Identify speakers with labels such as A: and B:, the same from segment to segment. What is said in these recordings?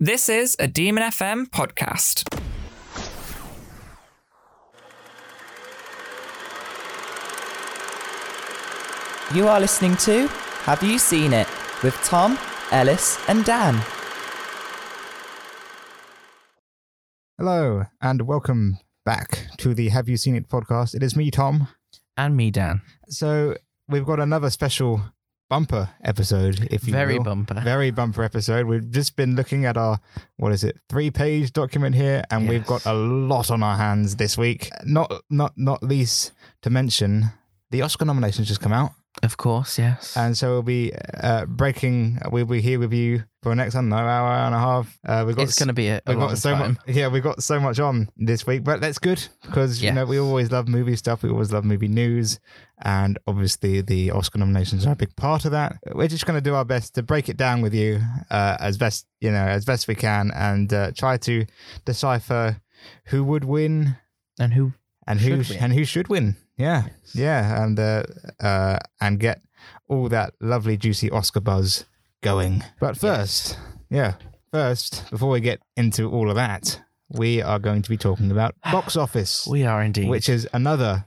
A: This is a Demon FM podcast.
B: You are listening to Have You Seen It with Tom, Ellis, and Dan.
C: Hello and welcome back to the Have You Seen It podcast. It is me, Tom.
D: and me, Dan.
C: So we've got another special bumper episode, if you
D: Very
C: will.
D: bumper.
C: Very bumper episode. We've just been looking at our what is it, three page document here, and we've got
D: Yes.
C: a lot on our hands this week. Not not not least to mention the Oscar nominations just come out.
D: of course, yes.
C: And so we'll be uh, breaking. We'll be here with you for the next, I don't know, hour and a half. Uh, we've got
D: it's going to be a, a
C: We've
D: long
C: got so
D: time.
C: much, yeah. We've got so much on this week, but that's good because you know we
D: Yes.
C: always love movie stuff. We always love movie news, and obviously the Oscar nominations are a big part of that. We're just going to do our best to break it down with you uh, as best you know as best we can, and uh, try to decipher who would win
D: And who?
C: and who
D: Should win.
C: and who should win. Yeah, yeah, and uh, uh, and get all that lovely juicy Oscar buzz going. But first, yeah, first before we get into all of that, we are going to be talking about box office,
D: We are indeed.
C: which is another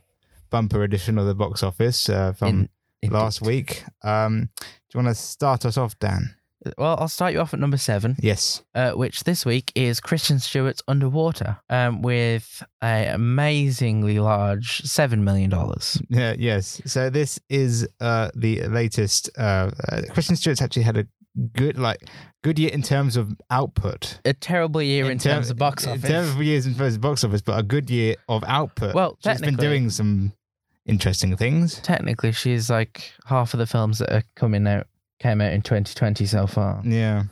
C: bumper edition of the box office uh, from
D: In- indeed.
C: last week. Um, do you want to start us off, Dan?
D: Well, I'll start you off at number seven,
C: Yes.
D: uh, which this week is Christian Stewart's Underwater, um, with an amazingly large $7 million.
C: Yeah, yes. So this is uh the latest uh, uh Christian Stewart's actually had a good like good year in terms of output.
D: A terrible year in,
C: term-
D: terms of box
C: in
D: office.
C: terms of years in terms of box office, but a good year of output.
D: Well,
C: she's been
D: technically-
C: doing some interesting things.
D: Technically, she's like half of the films that are coming out came out in 2020 so far.
C: Yeah.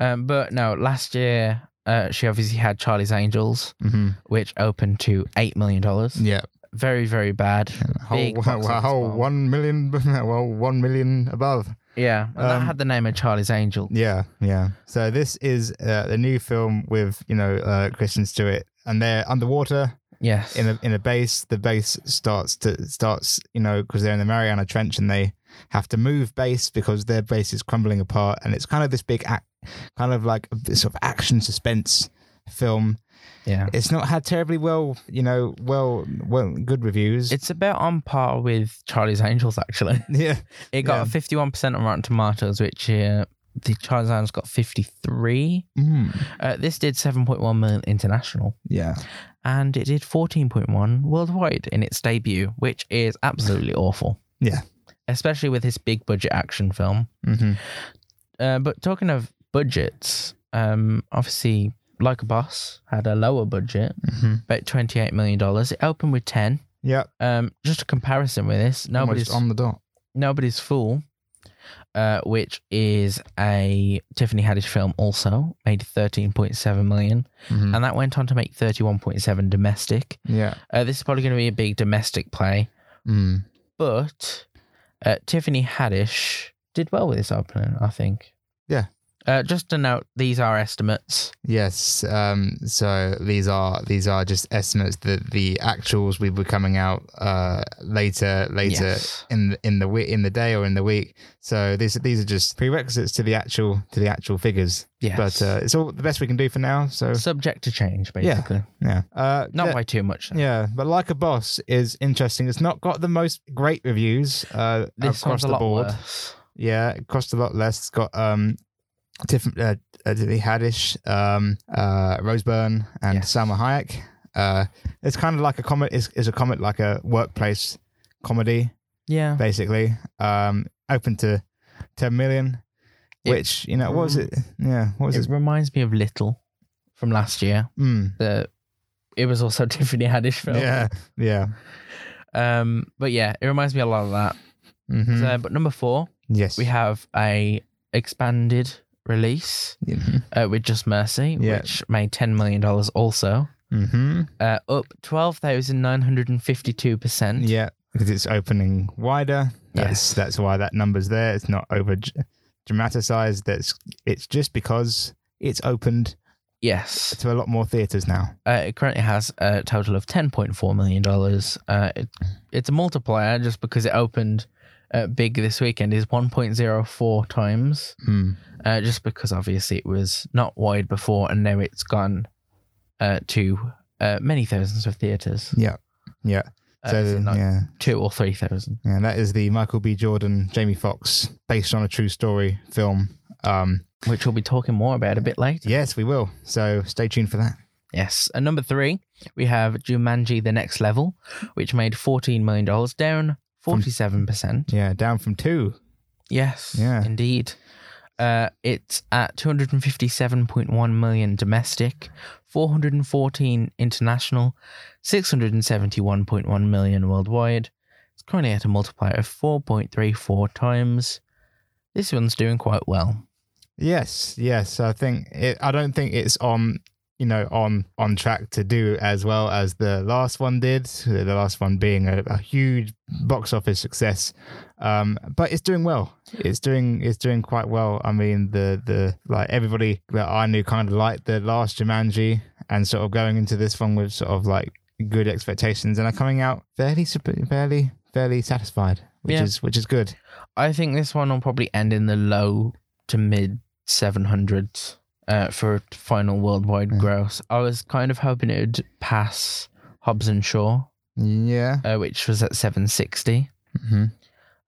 D: Um, but no, last year uh, she obviously had Charlie's Angels,
C: hmm
D: which opened to $8 million.
C: Yeah.
D: Very, very bad.
C: Whole,
D: Big box
C: wow,
D: office
C: whole
D: bomb.
C: one million. Well, one million above.
D: Yeah, and that
C: Um,
D: had the name of Charlie's Angel.
C: Yeah, yeah. So this is uh, the new film with you know uh, Kristen Stewart, and they're underwater.
D: Yes.
C: in a in a base, the base starts to starts you know because they're in the Mariana Trench and they have to move base because their base is crumbling apart, and it's kind of this big act, kind of like a sort of action suspense film.
D: yeah.
C: It's not had terribly well, you know, well, well, good reviews.
D: It's about on par with Charlie's Angels, actually.
C: yeah,
D: It got
C: Yeah.
D: 51% on Rotten Tomatoes, which uh, the Charlie's Angels got 53.
C: Mm.
D: Uh, this did 7.1 million international,
C: yeah,
D: and it did 14.1 worldwide in its debut, which is absolutely awful.
C: Yeah.
D: Especially with this big budget action film.
C: hmm
D: Uh, but talking of budgets, um, obviously, Like a Boss had a lower budget,
C: hmm
D: about $28 million. It opened with 10.
C: yeah.
D: Um, just a comparison with this, nobody's
C: Almost on the dot.
D: nobody's fool, uh, which is a Tiffany Haddish film, also made thirteen point seven million,
C: Mhm.
D: and that went on to make thirty one point seven domestic.
C: Yeah,
D: Uh, this is probably going to be a big domestic play,
C: mm.
D: but uh, Tiffany Haddish did well with this opening, I think.
C: Yeah.
D: Uh, just to note, these are estimates.
C: yes. Um, so these are these are just estimates. The the actuals will be coming out uh, later later
D: Yes.
C: in the, in the week in the day or in the week. So these these are just prerequisites to the actual to the actual figures.
D: Yes.
C: But uh, it's all the best we can do for now. So
D: subject to change,
C: Yeah.
D: basically.
C: yeah, uh,
D: Not
C: yeah,
D: by too much. though.
C: yeah, but like a boss is interesting. It's not got the most great reviews uh,
D: This
C: across
D: one's a
C: the
D: lot
C: board.
D: worse.
C: Yeah, it cost a lot less. It's got um, different uh, uh, Tiffany Haddish, um, uh, Rose Byrne, and
D: Yes.
C: Salma Hayek. Uh, it's kind of like a comic. Is is a comic like a workplace comedy?
D: Yeah.
C: basically. Um, open to ten million,
D: It-
C: which you know what was
D: Mm.
C: it? Yeah, what was
D: It
C: it?
D: reminds me of Little from last year.
C: Mm,
D: the it was also Tiffany Haddish film.
C: yeah, yeah.
D: Um, but yeah, it reminds me a lot of that.
C: mhm.
D: So, but number four,
C: yes,
D: we have a expanded release
C: Mhm.
D: uh, with Just Mercy,
C: Yeah.
D: which made ten million dollars. Also,
C: Mhm.
D: uh, up twelve thousand nine hundred and fifty-two percent.
C: yeah, because it's opening wider. That's
D: Yes.
C: that's why that number's there. It's not over dramatized. That's it's just because it's opened
D: Yes,
C: to a lot more theaters now.
D: uh, it currently has a total of ten point four million dollars. Uh, it, it's a multiplier just because it opened uh, big this weekend is 1.04 times,
C: Hmm.
D: uh, just because obviously it was not wide before, and now it's gone uh, to uh, many thousands of theaters.
C: Yeah. Yeah.
D: Uh,
C: So,
D: is it like
C: yeah.
D: two or three thousand.
C: Yeah, that is the Michael B. Jordan, Jamie Foxx, based on a true story film. Um,
D: which we'll be talking more about a bit later.
C: yes, we will. So stay tuned for that.
D: Yes. And number three, we have Jumanji The Next Level, which made $14 million, down 47%.
C: Yeah, down from two.
D: Yes,
C: Yeah.
D: indeed. Uh, it's at 257.1 million domestic, 414 international, 671.1 million worldwide. It's currently at a multiplier of 4.34 times. This one's doing quite well.
C: Yes, yes. I think it, I don't think it's on, you know, on on track to do as well as the last one did. The last one being a, a huge box office success, um, but it's doing well. It's doing it's doing quite well. I mean, the the like everybody that I knew kind of liked the last Jumanji, and sort of going into this one with sort of like good expectations, and are coming out fairly sup- fairly fairly satisfied, which
D: Yeah.
C: is which is good.
D: I think this one will probably end in the low to mid 700s uh, for final worldwide
C: Yeah.
D: gross. I was kind of hoping it would pass Hobbs and Shaw,
C: Yeah.
D: uh, which was at 760,
C: hmm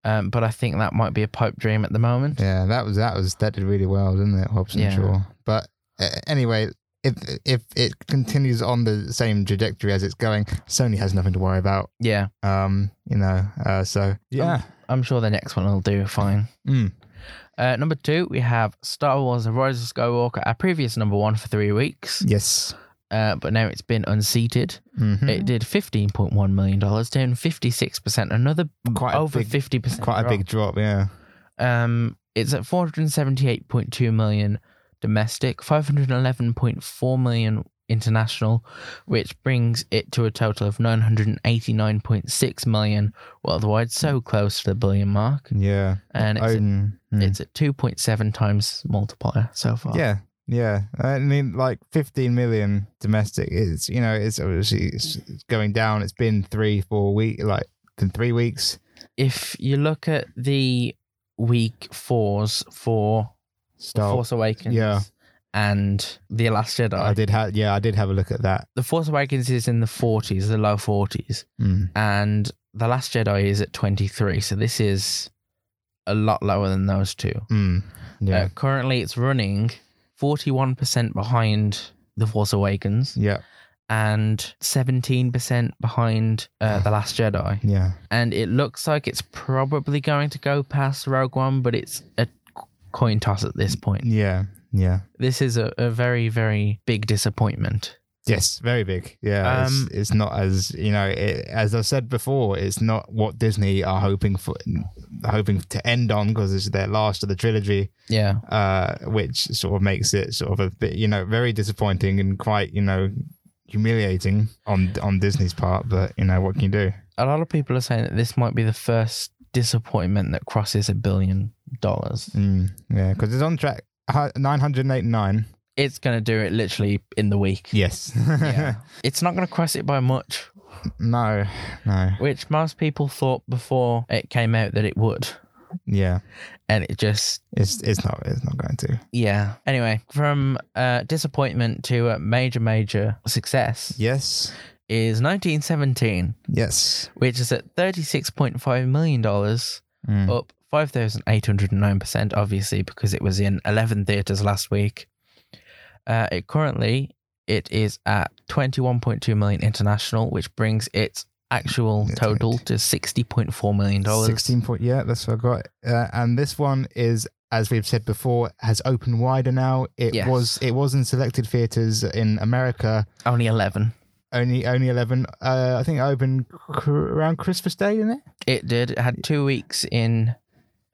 D: um, but I think that might be a pipe dream at the moment.
C: Yeah, that was that was that did really well, didn't it, Hobson
D: Yeah.
C: Shaw? But uh, anyway, if if it continues on the same trajectory as it's going, Sony has nothing to worry about.
D: Yeah,
C: Um, you know, uh, so yeah,
D: I'm sure the next one will do fine.
C: Mm.
D: Uh, number two, we have Star Wars: The Rise of Skywalker, our previous number one for three weeks,
C: yes,
D: uh, but now it's been unseated.
C: Mhm.
D: It did fifteen point one million dollars, down fifty six percent. Another
C: Quite a
D: over
C: big-
D: fifty percent.
C: quite a big drop. Yeah,
D: Um, it's at 478.2 million domestic, 511.4 million international, which brings it to a total of 989.6 million worldwide, so
C: Hmm.
D: close to the billion mark.
C: yeah,
D: And it's,
C: Odin, mm.
D: it's at 2.7 times multiplier so far.
C: yeah. Yeah, I mean, like 15 million domestic is, you know, it's obviously it's it's going down. It's been three, four week, like in three weeks.
D: If you look at the week fours for
C: Star,
D: Force Awakens
C: yeah.
D: and The Last Jedi,
C: I did have, yeah, I did have a look at that.
D: The Force Awakens is in the 40s, the low 40s.
C: Mm.
D: and The Last Jedi is at 23. So this is a lot lower than those two.
C: Mm. Yeah.
D: Uh, currently, it's running 41% behind The Force Awakens
C: yeah.
D: and 17% behind uh, The Last Jedi.
C: Yeah.
D: And it looks like it's probably going to go past Rogue One, but it's a coin toss at this point.
C: Yeah. Yeah.
D: This is a, a very, very big disappointment.
C: Yes, very big. Yeah,
D: Um,
C: it's, it's not as you know. It, as I've said before, it's not what Disney are hoping for, hoping to end on because it's their last of the trilogy,
D: Yeah.
C: uh, which sort of makes it sort of a bit, you know, very disappointing and quite, you know, humiliating on on Disney's part. But you know, what can you do?
D: a lot of people are saying that this might be the first disappointment that crosses a billion dollars.
C: Mm, yeah, because it's on track nine hundred eighty nine.
D: It's going to do it literally in the week.
C: Yes.
D: Yeah. it's not going to cross it by much,
C: no. No.
D: which most people thought before it came out that it would.
C: Yeah.
D: And it just,
C: It's it's not it's not going to.
D: yeah. Anyway, from uh, disappointment to a major, major success
C: Yes.
D: is 1917,
C: Yes.
D: which is at $36.5 million.
C: Mm.
D: up 5,809%, obviously, because it was in 11 theatres last week. Uh, it currently, it is at 21.2 million international, which brings its actual
C: That's
D: total
C: right.
D: to $60.4 million.
C: Sixteen point. Yeah, that's what I got. Uh, and this one is, as we've said before, has opened wider now. It
D: Yes.
C: was it was in selected theaters in America.
D: Only 11.
C: Only only eleven. Uh, I think it opened cr- around Christmas Day, didn't it?
D: It did. It had two weeks in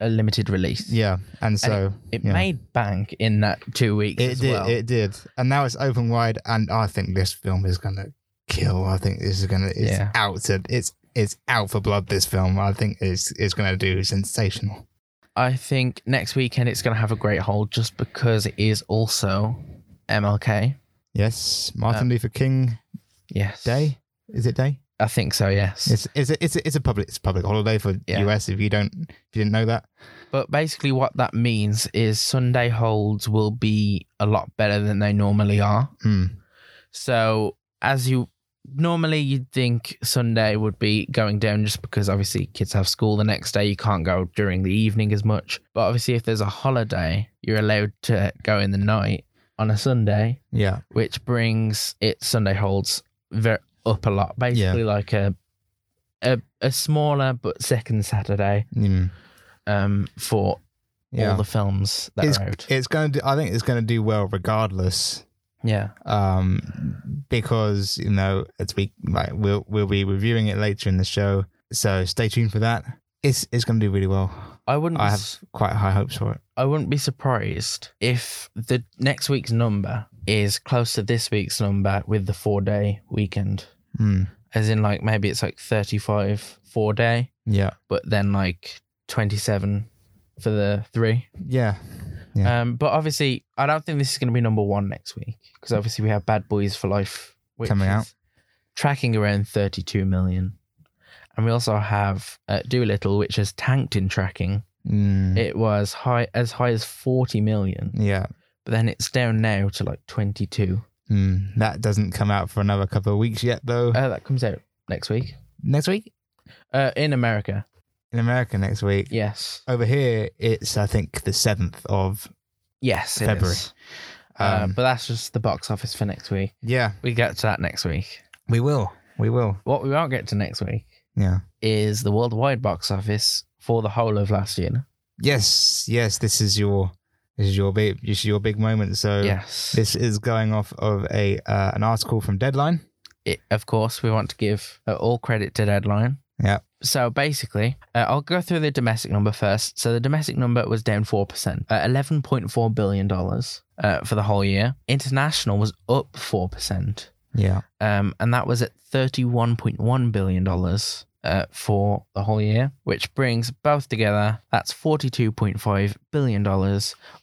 D: a limited release.
C: Yeah. And so
D: It
C: yeah.
D: made bank in that two weeks
C: it
D: as
C: did.
D: well.
C: It did. And now it's open wide. And I think this film is gonna kill. I think this is gonna. It's
D: Yeah.
C: out to. It's it's out for blood. This film. I think it's it's gonna do sensational.
D: I think next weekend it's going to have a great hold just because it is also MLK. Um,
C: Yes, Martin Luther King
D: Yes.
C: Day. Is it day?
D: I think so, yes.
C: It's it's a, it's a, it's a public it's a public holiday for
D: Yeah.
C: US. If you don't if you didn't know that,
D: But basically, what that means is Sunday holds will be a lot better than they normally are.
C: Hmm.
D: So, as you normally you'd think Sunday would be going down just because obviously kids have school the next day, you can't go during the evening as much. But obviously, if there's a holiday, you're allowed to go in the night on a Sunday,
C: yeah,
D: which brings it Sunday holds ver- up a lot. Basically, like a, a a smaller but second Saturday
C: Mm.
D: um, for
C: yeah.
D: all the films that
C: it's
D: are out.
C: it's going to. I think it's going to do well regardless.
D: yeah,
C: um, because you know it's we like we'll we'll be reviewing it later in the show, so stay tuned for that. It's it's going to do really well.
D: I wouldn't. be
C: I have
D: s-
C: quite high hopes for it.
D: I wouldn't be surprised if the next week's number is close to this week's number with the four day weekend,
C: Hmm.
D: as in like maybe it's like thirty five four day,
C: Yeah,
D: but then like twenty seven for the three.
C: yeah, Yeah.
D: Um, but obviously, I don't think this is going to be number one next week because obviously we have Bad Boys for Life which
C: Coming out.
D: is tracking around thirty two million, and we also have uh, Doolittle, which has tanked in tracking.
C: Hmm.
D: it was high as high as 40 million
C: yeah.
D: but then it's down now to like 22
C: Hmm. That doesn't come out for another couple of weeks yet, though.
D: uh, that comes out next week
C: next week
D: uh, in america
C: in America, next week.
D: yes
C: Over here, it's I think the seventh of.
D: yes it
C: February.
D: is. Uh,
C: Um,
D: but that's just the box office for next week
C: Yeah,
D: we get to that next week
C: we will. We will.
D: what we won't get to next week
C: Yeah.
D: is the worldwide box office for the whole of last year
C: Yes. Yes. This is your. This is your big. This is your big moment. So.
D: yes
C: This is going off of a uh, an article from Deadline.
D: it, of course, we want to give uh, all credit to Deadline.
C: Yeah.
D: So basically, uh, I'll go through the domestic number first. So the domestic number was down 4%, uh, $11.4 billion uh, for the whole year. International was up 4%,
C: Yeah.
D: um, and that was at $31.1 billion uh, for the whole year, which brings both together, that's $42.5 billion,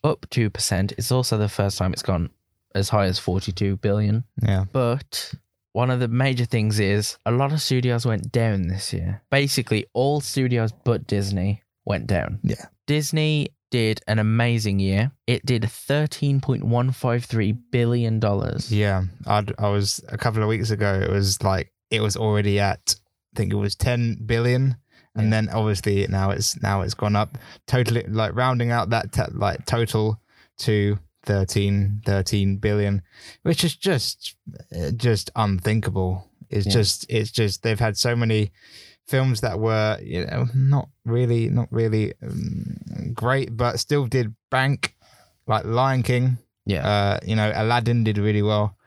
D: up 2%. It's also the first time it's gone as high as $42 billion.
C: Yeah.
D: But one of the major things is a lot of studios went down this year. Basically, all studios but Disney went down.
C: Yeah.
D: Disney did an amazing year. It did $13.153 billion.
C: Yeah. I'd, I was a couple of weeks ago. It was like it was already at. I think it was ten billion, and
D: Yeah.
C: then obviously now it's now it's gone up totally like rounding out that t- like total to 13 13 billion which is just uh, just unthinkable it's
D: Yeah.
C: just it's just they've had so many films that were you know not really not really um, great but still did bank like lion king
D: Yeah.
C: uh you know aladdin did really well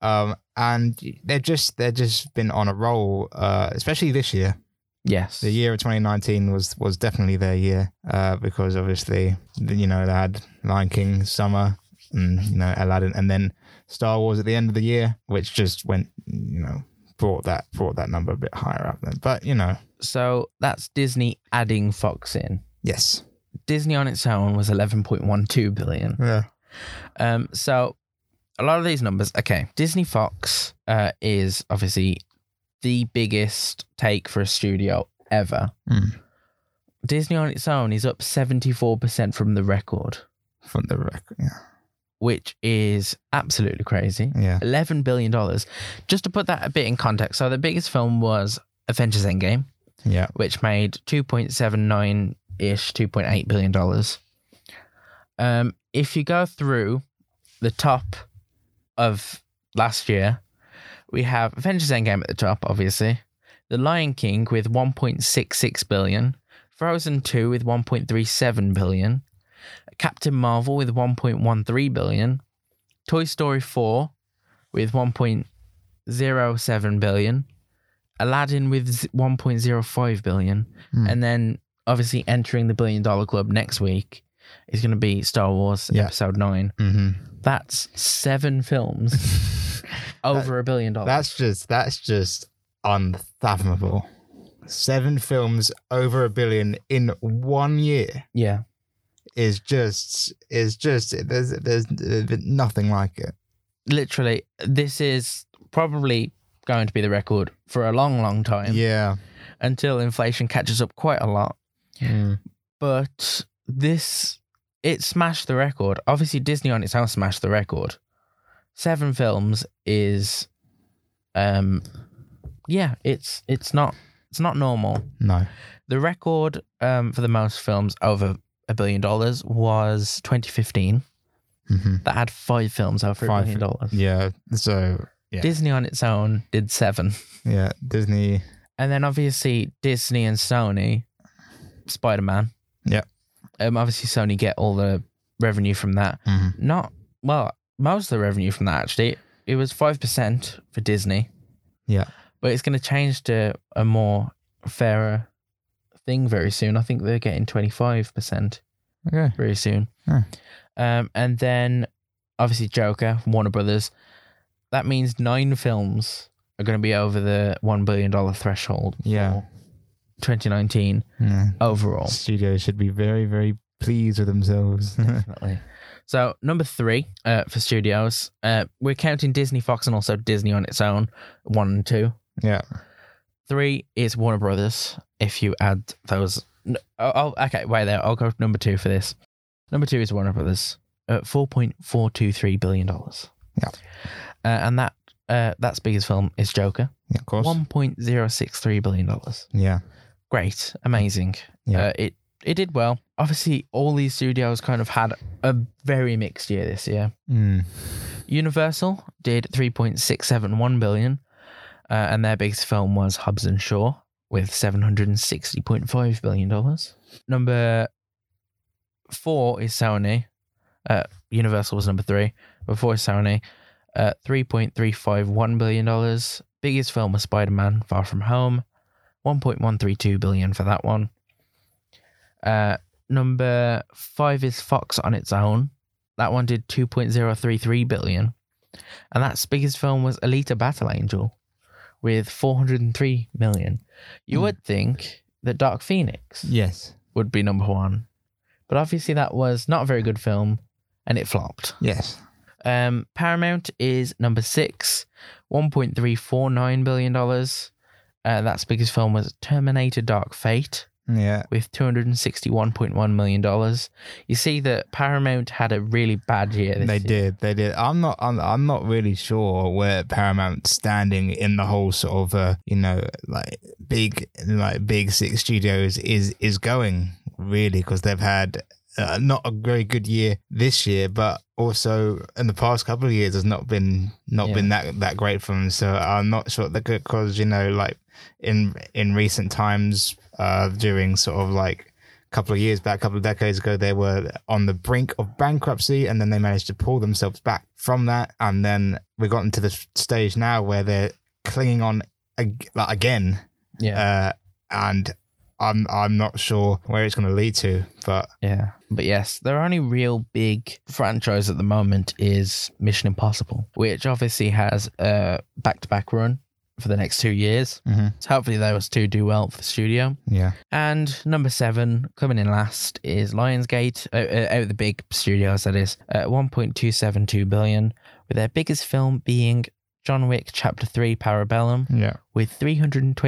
C: um and they're just they're just been on a roll uh especially this year
D: yes.
C: the year of 2019 was was definitely their year uh, because obviously you know they had Lion King, Summer, and you know Aladdin, and then Star Wars at the end of the year, which just went you know brought that brought that number a bit higher up. Then. But you know,
D: So that's Disney adding Fox in.
C: yes,
D: Disney on its own was 11.12 billion.
C: yeah,
D: Um, so a lot of these numbers, okay. Disney Fox uh, is obviously the biggest take for a studio ever.
C: Mm.
D: Disney on its own is up 74% from the record,
C: from the record, yeah,
D: which is absolutely crazy.
C: yeah,
D: $11 billion. Just to put that a bit in context, so the biggest film was Avengers Endgame,
C: yeah,
D: which made 2.79 ish, $2.8 billion. Um, if you go through the top of last year, we have Avengers Endgame at the top, obviously. The Lion King with 1.66 billion, Frozen 2 with 1.37 billion, Captain Marvel with 1.13 billion, Toy Story 4 with 1.07 billion, Aladdin with z- 1.05 billion,
C: Hmm.
D: and then obviously entering the billion dollar club next week is going to be Star Wars
C: Yeah.
D: Episode 9.
C: hmm
D: That's seven films over a billion dollars.
C: That's just that's just unfathomable. Seven films over a billion in one year.
D: yeah.
C: is just is just there's there's, there's nothing like it.
D: Literally, this is probably going to be the record for a long, long time
C: Yeah.
D: until inflation catches up quite a lot.
C: Mm.
D: But this, it smashed the record. Obviously, Disney on its own smashed the record. Seven films is, um, yeah, it's it's not it's not normal.
C: No.
D: The record um, for the most films over a billion dollars was 2015.
C: hmm
D: That had five films over a
C: Five
D: billion dollars.
C: Yeah. So yeah.
D: Disney on its own did seven.
C: yeah, Disney.
D: And then obviously Disney and Sony, Spider Man.
C: Yep.
D: Um, obviously Sony get all the revenue from that.
C: Mhm.
D: Not well, most of the revenue from that actually. It was five percent for Disney,
C: Yeah.
D: but it's going to change to a more fairer thing very soon. I think they're getting twenty five percent
C: Okay.
D: very soon.
C: Huh.
D: Um, and then obviously Joker, Warner Brothers. That means nine films are going to be over the one billion dollar threshold.
C: Yeah.
D: 2019
C: yeah.
D: overall.
C: Studios should be very, very pleased with themselves.
D: Definitely. So number three uh, for studios, uh, we're counting Disney, Fox, and also Disney on its own. One and two.
C: yeah.
D: Three is Warner Brothers. If you add those, n- oh, oh, okay, wait there. I'll go with number two for this. Number two is Warner Brothers, uh, four point four two three billion dollars.
C: Yeah.
D: uh, and that uh, that's biggest film is Joker,
C: Yeah. Of course.
D: one point zero six three billion dollars.
C: Yeah.
D: great, amazing.
C: Yeah.
D: Uh, it it did well. Obviously, all these studios kind of had a very mixed year this year.
C: Mm.
D: Universal did three point six seven one billion, uh, and their biggest film was Hobbs and Shaw with seven hundred and sixty point five billion dollars. Number four is Sony. Uh, Universal was number three. Before Sony, uh, three point three five one billion dollars. Biggest film was Spider Man: Far From Home, one point one three two billion for that one. Uh, number five is Fox on its own. That one did two point zero three three billion, and that biggest film was Alita: Battle Angel, with four hundred and three million. You
C: Hmm.
D: would think that Dark Phoenix
C: Yes.
D: would be number one. But obviously, that was not a very good film and it flopped.
C: Yes.
D: Um, Paramount is number six, $1.349 billion. Uh, that's biggest film was Terminator Dark Fate
C: Yeah.
D: with $261.1 million. You see that Paramount had a really bad year this
C: They
D: year.
C: did. They did. I'm not. I'm, I'm not really sure where Paramount's standing in the whole sort of, uh, you know, like big, like big six studios is is going really because they've had uh, not a very good year this year, but also in the past couple of years has not been not
D: Yeah.
C: been that that great for them. So I'm not sure that because you know, like in in recent times, uh, during sort of like couple of years back, a couple of decades ago, they were on the brink of bankruptcy, and then they managed to pull themselves back from that. And then we got into the stage now where they're clinging on ag- like, again,
D: Yeah.
C: uh, and I'm I'm not sure where it's going to lead to, but
D: yeah. But yes, their only real big franchise at the moment is Mission Impossible, which obviously has a back to back run for the next two years. So hopefully those two do well for the studio.
C: yeah,
D: And number seven, coming in last, is Lionsgate, uh, uh, out of the big studios that is, at 1.272 billion, with their biggest film being John Wick Chapter 3 Parabellum
C: yeah,
D: with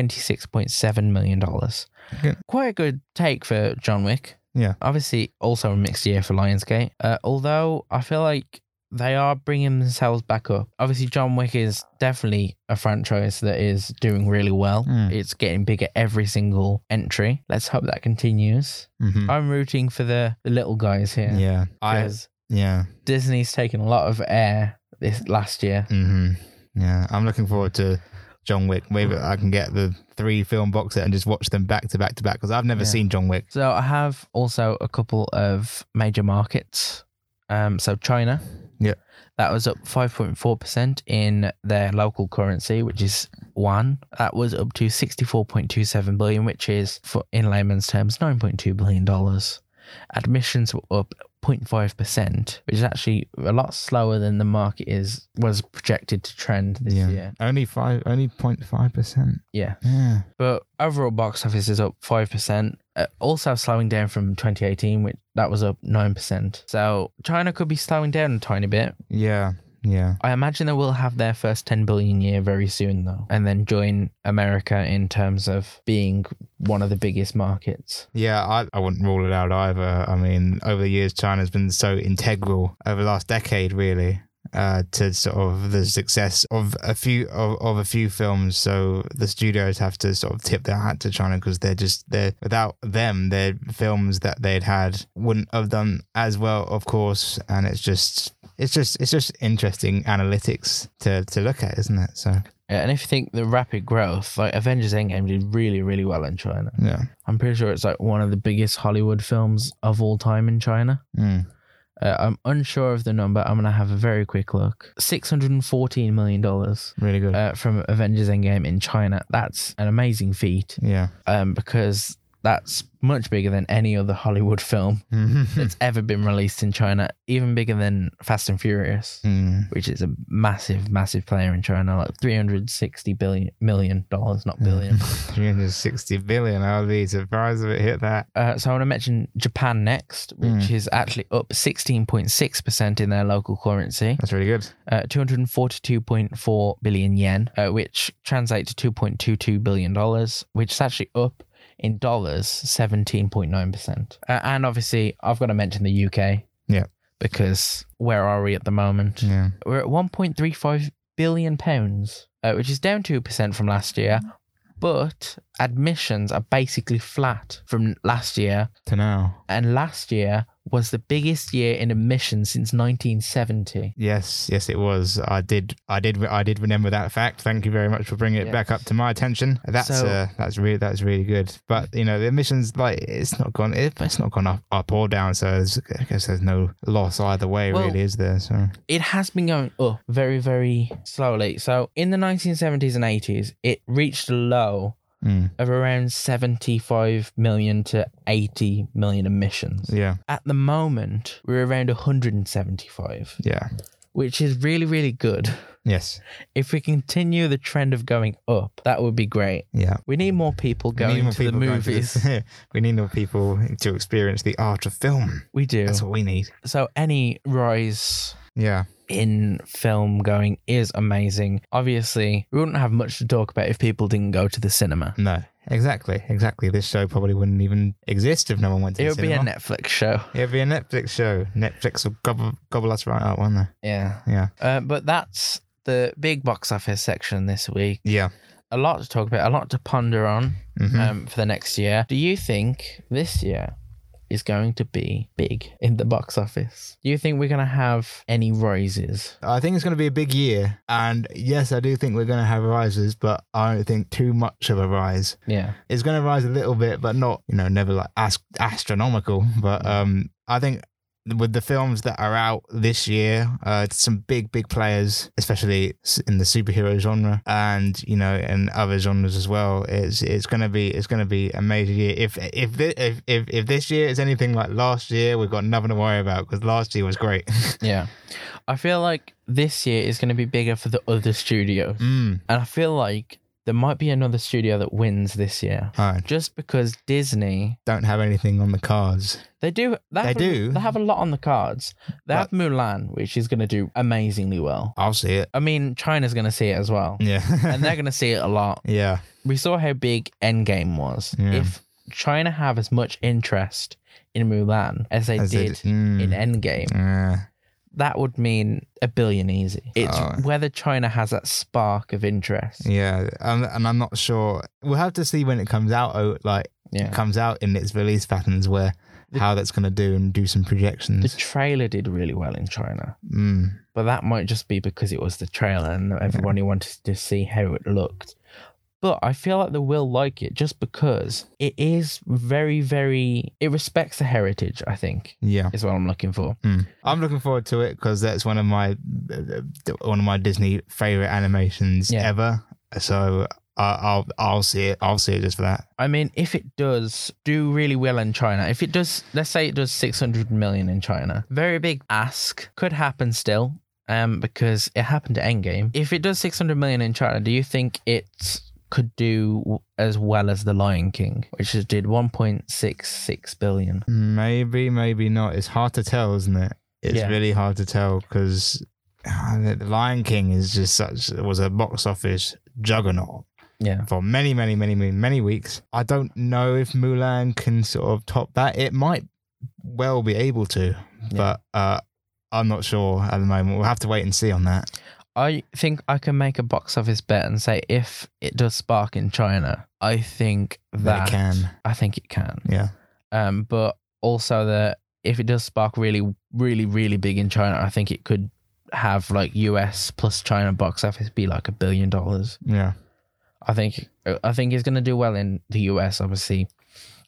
D: $326.7 million.
C: Good.
D: Quite a good take for John Wick.
C: Yeah.
D: Obviously also a mixed year for Lionsgate. Uh, although I feel like they are bringing themselves back up. Obviously John Wick is definitely a franchise that is doing really well.
C: Mm.
D: It's getting bigger every single entry. Let's hope that continues.
C: hmm
D: I'm rooting for the, the little guys here.
C: yeah, I
D: Because
C: yeah,
D: Disney's taken a lot of air this last year.
C: hmm yeah. I'm looking forward to. John Wick. Maybe I can get the three film box set and just watch them back to back to back because I've never
D: Yeah.
C: seen John Wick.
D: So I have also a couple of major markets. Um, so China,
C: Yeah.
D: that was up five point four percent in their local currency, which is one. That was up to sixty four point two seven billion, which is for in layman's terms nine point two billion dollars. Admissions were up 0.5 percent, which is actually a lot slower than the market is was projected to trend this
C: Yeah.
D: year.
C: Only five, only 05 percent.
D: Yeah.
C: Yeah.
D: But overall box office is up 5%, uh, also slowing down from 2018, which that was up 9%. So China could be slowing down a tiny bit,
C: Yeah. Yeah.
D: I imagine they will have their first 10 billion year very soon, though, and then join America in terms of being one of the biggest markets.
C: Yeah, I, I wouldn't rule it out either. I mean, over the years, China's been so integral over the last decade, really, uh, to sort of the success of a few of, of a few films. So the studios have to sort of tip their hat to China because they're just they're without them, their films that they'd had wouldn't have done as well, of course. And it's just it's just it's just interesting analytics to to look at, isn't it? So
D: Uh, And if you think the rapid growth, like Avengers Endgame did really, really well in China.
C: yeah,
D: I'm pretty sure it's like one of the biggest Hollywood films of all time in China.
C: Mm.
D: Uh, I'm unsure of the number. I'm going to have a very quick look. $614 million
C: really good.
D: uh, from Avengers Endgame in China. That's an amazing feat
C: yeah.
D: um, because that's much bigger than any other Hollywood film
C: Hmm.
D: that's ever been released in China, even bigger than Fast and Furious,
C: Mm.
D: which is a massive, massive player in China, like 360 billion million dollars,
C: Hmm.
D: not billion.
C: 360 billion. I'll be surprised if it hit that.
D: Uh, so I want to mention Japan next, which is actually up 16.6% in their local currency,
C: That's really good.
D: uh, 242.4 billion yen, uh, which translates to 2.22 billion dollars, which is actually up in dollars 17.9%. Uh, and obviously, I've got to mention the UK.
C: Yeah. Mm.
D: Because where are we at the moment?
C: Yeah.
D: We're at 1.35 billion pounds, uh, which is down 2% from last year. But admissions are basically flat from last year.
C: To now.
D: And last year was the biggest year in admissions since 1970.
C: Yes, yes, it was. I did, I did, I did remember that fact. Thank you very much for bringing it
D: Yeah.
C: back up to my attention. That's
D: So-
C: uh, that's really that's really good. But you know, the emissions like it's not gone, it, it's not gone up, up or down. So there's, I guess there's no loss either way,
D: Well-
C: really, is there? So
D: It has been going up very, very slowly. So in the 1970s and 80s, it reached a low
C: mm,
D: of around 75 million to 80 million admissions.
C: yeah,
D: At the moment, we're around 175.
C: yeah,
D: which is really, really good.
C: yes,
D: If we continue the trend of going up, that would be great.
C: yeah.
D: We need more people
C: We need
D: going
C: more
D: to the
C: people going to
D: movies.
C: this- we need more people to experience the art of film.
D: we do.
C: That's what we need.
D: So any rise
C: Yeah,
D: in film going is amazing. Obviously, we wouldn't have much to talk about if people didn't go to the cinema.
C: no, exactly, exactly. This show probably wouldn't even exist if no one went to
D: It
C: the
D: would be
C: cinema.
D: a Netflix show.
C: It'd be a Netflix show. Netflix will gobble, gobble us right up, won't they?
D: Yeah.
C: Yeah.
D: Uh, but that's the big box office section this week.
C: Yeah.
D: A lot to talk about, a lot to ponder on
C: Mhm.
D: um, for the next year. Do you think this year is going to be big in the box office? Do you think we're going to have any rises?
C: I think it's going to be a big year. And yes, I do think we're going to have rises, but I don't think too much of a rise.
D: Yeah.
C: It's going to rise a little bit, but not, you know, never like as- astronomical.
D: Mm.
C: But um, I think with the films that are out this year, uh, some big, big players, especially s- in the superhero genre and, you know, and other genres as well, it's, it's going to be, it's going to be a major year. If, if, thi- if, if, if this year is anything like last year, we've got nothing to worry about because last year was great.
D: Yeah. I feel like this year is going to be bigger for the other studios.
C: mm.
D: And I feel like there might be another studio that wins this year.
C: All right.
D: Just because Disney,
C: don't have anything on the cards.
D: they do. They, have
C: They
D: a-
C: do.
D: They have a lot on the cards. They have
C: But-
D: Mulan, which is going to do amazingly well.
C: I'll see it.
D: I mean, China's going to see it as well.
C: Yeah.
D: And they're going to see it a lot.
C: yeah.
D: we saw how big Endgame was.
C: Yeah.
D: If China have as much interest in Mulan as they
C: As they
D: did
C: d- mm.
D: in Endgame,
C: Yeah.
D: that would mean a billion easy. It's
C: Oh.
D: whether China has that spark of interest.
C: Yeah. And, and I'm not sure. We'll have to see when it comes out. oh, Like
D: Yeah.
C: comes out in its release patterns, where how that's going to do, and do some
D: The
C: projections.
D: trailer did really well in China,
C: Mm.
D: but that might just be because it was the trailer and everyone wanted to see how it looked. But I feel like they will like it just because it is very, very. It respects the heritage. I think
C: Yeah.
D: is what I'm looking for.
C: Mm. I'm looking forward to it because that's one of my one of my Disney favorite animations
D: Yeah.
C: ever. So I I'll I'll see it. I'll see it just for that.
D: I mean, if it does do really well in China, if it does, let's say it does 600 million in China, very big ask could happen still, um, because it happened to Endgame. If it does 600 million in China, do you think it could do w- as well as The Lion King, which is- did 1.66 billion?
C: Maybe, maybe not. It's hard to tell, isn't it? It's
D: Yeah.
C: really hard to tell because The Lion King is just such was a box office juggernaut
D: Yeah.
C: for many, many, many, many, many weeks. I don't know if Mulan can sort of top that. It might well be able to, but uh, I'm not sure at the moment. We'll have to wait and see on that.
D: I think I can make a box office bet and say if it does spark in China, I think
C: That
D: that
C: it can,
D: I think it can.
C: yeah,
D: Um, but also that if it does spark really, really, really big in China, I think it could have like US plus China box office be like a billion dollars.
C: yeah,
D: I think I think it's gonna do well in the US. Obviously,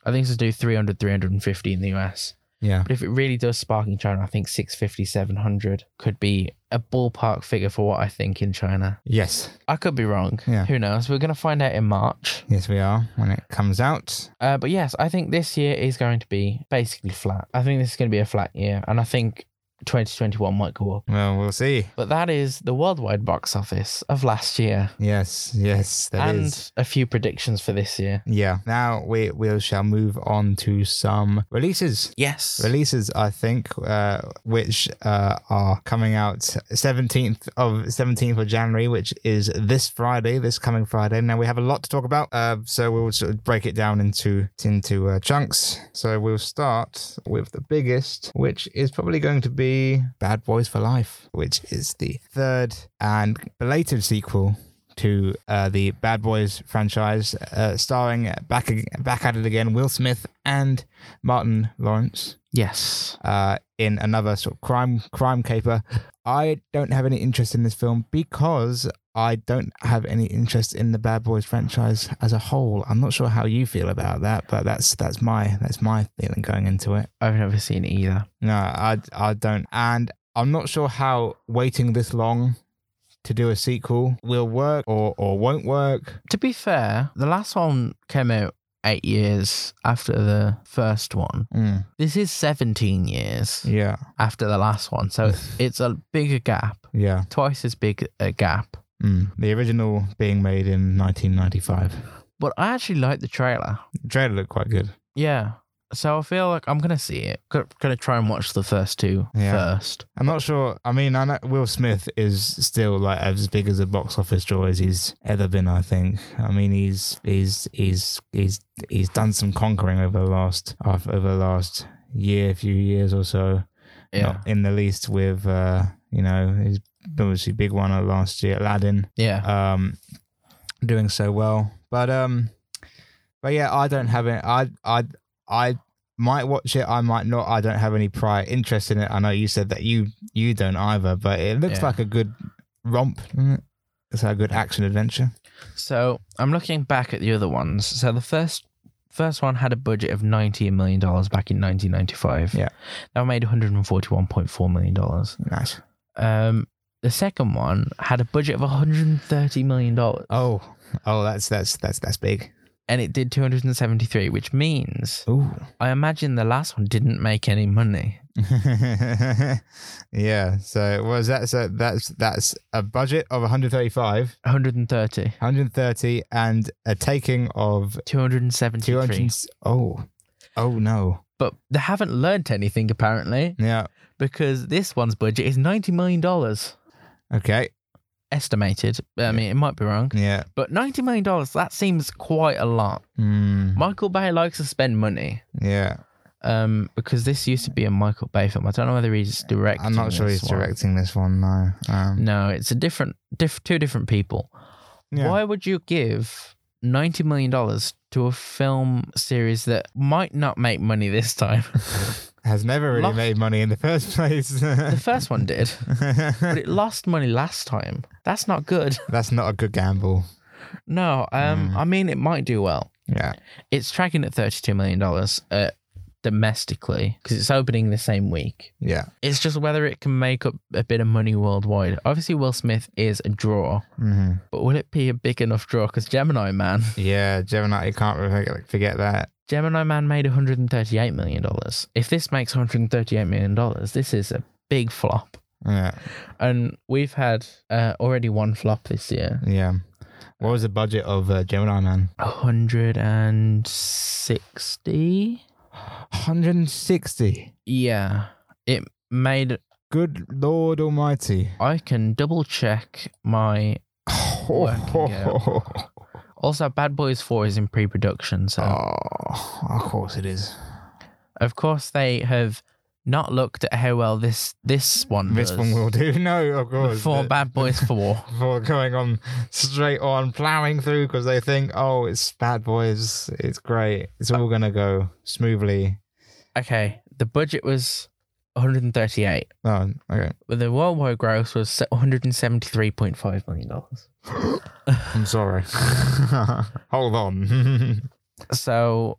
D: I think it's gonna do 300, 350 in the US.
C: yeah.
D: But if it really does spark in China, I think 650, 700 could be a ballpark figure for what I think in China.
C: Yes,
D: I could be wrong.
C: Yeah.
D: Who knows? We're going to find out in March.
C: yes, we are when it comes out.
D: Uh, but yes, I think this year is going to be basically flat. I think this is going to be a flat year. And I think 2021 might go up.
C: Well, we'll see.
D: But that is the worldwide box office of last year
C: Yes, yes, that is.
D: and a few predictions for this year.
C: Yeah. Now we we shall move on to some releases.
D: Yes.
C: Releases, I think, uh, which uh, are coming out seventeenth of seventeenth of January, which is this Friday, this coming Friday. Now we have a lot to talk about, uh, so we'll sort of break it down into into uh, chunks. So we'll start with the biggest, which is probably going to be Bad Boys for Life, which is the third and belated sequel to uh, the Bad Boys franchise, uh, starring back ag- back at it again, Will Smith and Martin Lawrence
D: Yes.
C: uh, in another sort of crime crime caper. I don't have any interest in this film because I don't have any interest in the Bad Boys franchise as a whole. I'm not sure how you feel about that, but that's that's my that's my feeling going into it.
D: I've never seen it either.
C: No, I I don't, and I'm not sure how waiting this long to do a sequel will work or or won't work.
D: To be fair, the last one came out eight years after the first one.
C: Mm,
D: This is 17 years
C: yeah,
D: after the last one. So it's a bigger gap.
C: yeah.
D: twice as big a gap.
C: Mm. The original being made in 1995.
D: But I actually like the trailer.
C: The trailer looked quite good.
D: Yeah. So I feel like I'm gonna see it. Go- Gonna try and watch the first two first.
C: Yeah. I'm not sure. I mean, I know Will Smith is still like as big as a box office draw as he's ever been. I think. I mean, he's he's he's he's he's done some conquering over the last of- over the last year, few years or so.
D: Yeah.
C: Not in the least with uh, you know his obviously big one of last year, Aladdin,
D: Yeah.
C: um, doing so well. But um, but yeah, I don't have it. I I I might watch it. I might not. I don't have any prior interest in it. I know you said that you you don't either, but it looks
D: Yeah.
C: like a good romp. doesn't it? It's like a good action adventure.
D: So I'm looking back at the other ones. So the first first one had a budget of 19 million dollars back in 1995.
C: Yeah.
D: Now made 141.4 million dollars.
C: Nice.
D: Um, the second one had a budget of 130 million dollars.
C: Oh oh, that's that's that's that's big.
D: And it did 273, which means
C: Ooh.
D: I imagine the last one didn't make any money.
C: yeah. So was that so that's that's a budget of 135,
D: 130.
C: 130, and a taking of
D: 273.
C: 200. Oh oh no.
D: But they haven't learnt anything apparently
C: Yeah.
D: because this one's budget is 90 million dollars
C: Okay.
D: estimated. I mean, it might be wrong,
C: Yeah.
D: but 90 million dollars that seems quite a lot.
C: Mm.
D: Michael Bay likes to spend money.
C: Yeah.
D: Um, because this used to be a Michael Bay film. I don't know whether he's directing.
C: I'm not sure
D: this
C: he's
D: one.
C: directing this one though. Um,
D: No, it's a different, diff, two different people.
C: yeah.
D: Why would you give 90 million dollars to a film series that might not make money this time?
C: Has never really
D: Lost-
C: made money in the first place.
D: the first one did. but it lost money last time. That's not good.
C: That's not a good gamble.
D: No, um, I mean it might do well.
C: Yeah.
D: It's tracking at thirty-two million dollars uh, domestically because it's opening the same week.
C: Yeah.
D: It's just whether it can make up a bit of money worldwide. Obviously, Will Smith is a draw,
C: Mm-hmm.
D: but will it be a big enough draw? Because Gemini Man,
C: Yeah. Gemini, you can't really like, forget that.
D: Gemini Man made one hundred and thirty-eight million dollars. If this makes one hundred and thirty-eight million dollars, this is a big flop.
C: Yeah.
D: And we've had uh, already one flop this year.
C: Yeah. What was the budget of uh, Gemini Man?
D: 160
C: 160.
D: yeah it made
C: Good Lord Almighty.
D: I can double check my. Working girl. Also, Bad Boys 4 is in pre production, so.
C: Oh, of course it is.
D: Of course, they have not looked at how well this this one
C: This
D: does
C: one will do. No, of course.
D: before
C: The-
D: Bad Boys Four.
C: before going on straight on, plowing through because they think, oh, it's Bad Boys. It's great. It's all going to go smoothly.
D: okay, the budget was 138,
C: Oh, okay.
D: but the worldwide gross was 173.5 million dollars.
C: I'm sorry. Hold on.
D: So,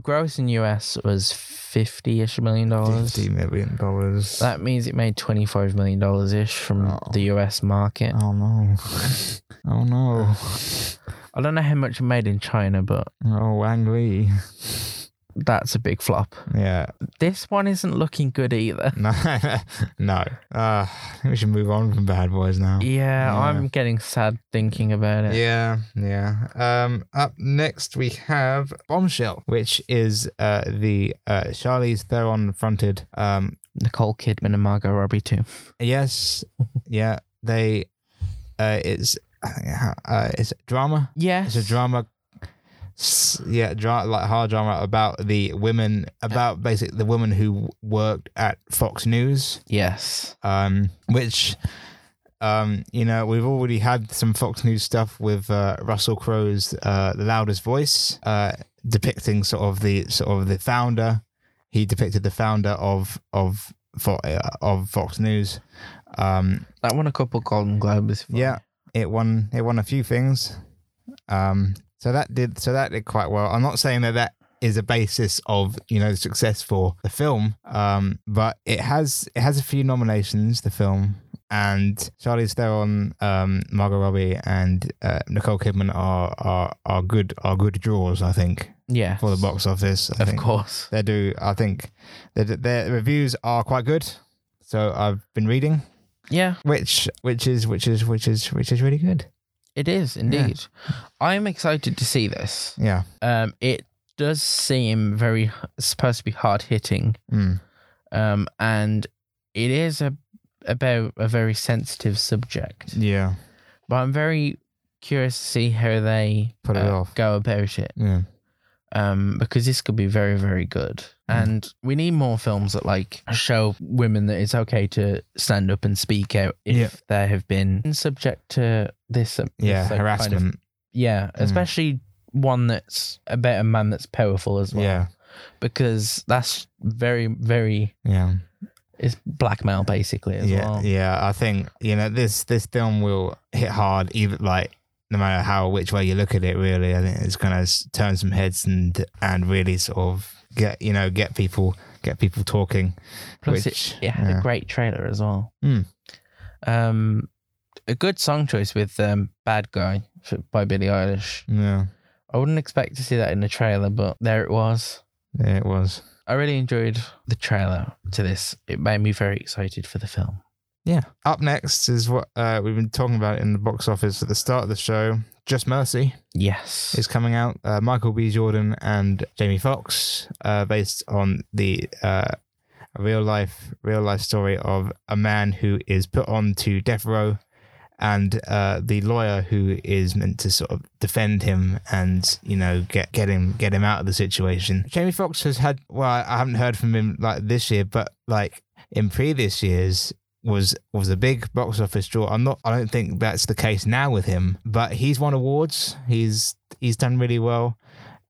D: gross in US was 50ish million dollars.
C: $50 million.
D: That means it made 25 million dollars ish from
C: Oh.
D: the US market.
C: Oh, no. Oh, no.
D: I don't know how much it made in China, but
C: Oh, Wang Lee.
D: that's a big flop.
C: Yeah.
D: This one isn't looking good either.
C: No. no. Uh, I think we should move on from Bad Boys now.
D: Yeah,
C: Oh. Yeah.
D: I'm getting sad thinking about it.
C: Yeah, yeah. Um, up next we have Bombshell, which is uh the uh Charlize Theron fronted. Um,
D: Nicole Kidman and Margot Robbie too.
C: yes, yeah. They, uh, it's uh, it's drama.
D: Yes.
C: It's a drama. s- Yeah, dra- like hard drama about the women, about basically the women who worked at Fox News.
D: Yes.
C: um, which um, you know we've already had some Fox News stuff with uh, Russell Crowe's uh, "The Loudest Voice," uh, depicting sort of the sort of the founder. He depicted the founder of of Fo- uh, of Fox News. Um,
D: That won a couple Golden Globes. for
C: yeah, it won it won a few things. Um, so that did so that did quite well. I'm not saying that that is a basis of you know success for the film, um, but it has it has a few nominations. The film and Charlize Theron, um, Margot Robbie, and uh, Nicole Kidman are are are good are good draws. I think
D: me. Yeah.
C: for the box office. I
D: Of
C: think
D: course.
C: they do. I think their their reviews are quite good. So I've been reading,
D: Yeah,
C: which which is which is which is which is really good.
D: it is indeed. I'm excited to see this.
C: Yeah.
D: Um, it does seem very supposed to be hard hitting.
C: Mm.
D: Um, and it is a about a very sensitive subject.
C: Yeah.
D: But I'm very curious to see how they uh,
C: Put it off.
D: go about it.
C: Yeah.
D: um, because this could be very, very good.
C: Mm.
D: And we need more films that like show women that it's okay to stand up and speak out if
C: Yeah.
D: they have been subject to this. um, this,
C: Yeah.
D: like, kind of-
C: harassment. Mm.
D: yeah, especially one that's about a man that's powerful as well.
C: Yeah.
D: because that's very, very
C: Yeah.
D: it's blackmail basically as
C: yeah.
D: well.
C: Yeah. I think, you know, this this film will hit hard even like no matter how which way you look at it really. I think it's gonna s- turn some heads and and really sort of get you know, get people get people talking.
D: Plus,
C: which,
D: it, it had a great trailer as well.
C: Mm.
D: Um, a good song choice with um, "Bad Guy" for, by Billie Eilish.
C: yeah.
D: I wouldn't expect to see that in a trailer, but there it was.
C: Yeah, it was.
D: I really enjoyed the trailer to this. It made me very excited for the film.
C: Yeah. Up next is what uh, we've been talking about in the box office at the start of the show. Just Mercy.
D: Yes.
C: is coming out. Uh, Michael B. Jordan and Jamie Foxx, uh, based on the uh, real life real life story of a man who is put on to death row, and uh, the lawyer who is meant to sort of defend him and you know get get him get him out of the situation. Jamie Foxx has had well, I haven't heard from him like this year, but like in previous years was was a big box office draw. I'm not I don't think that's the case now with him, but he's won awards. He's he's done really well.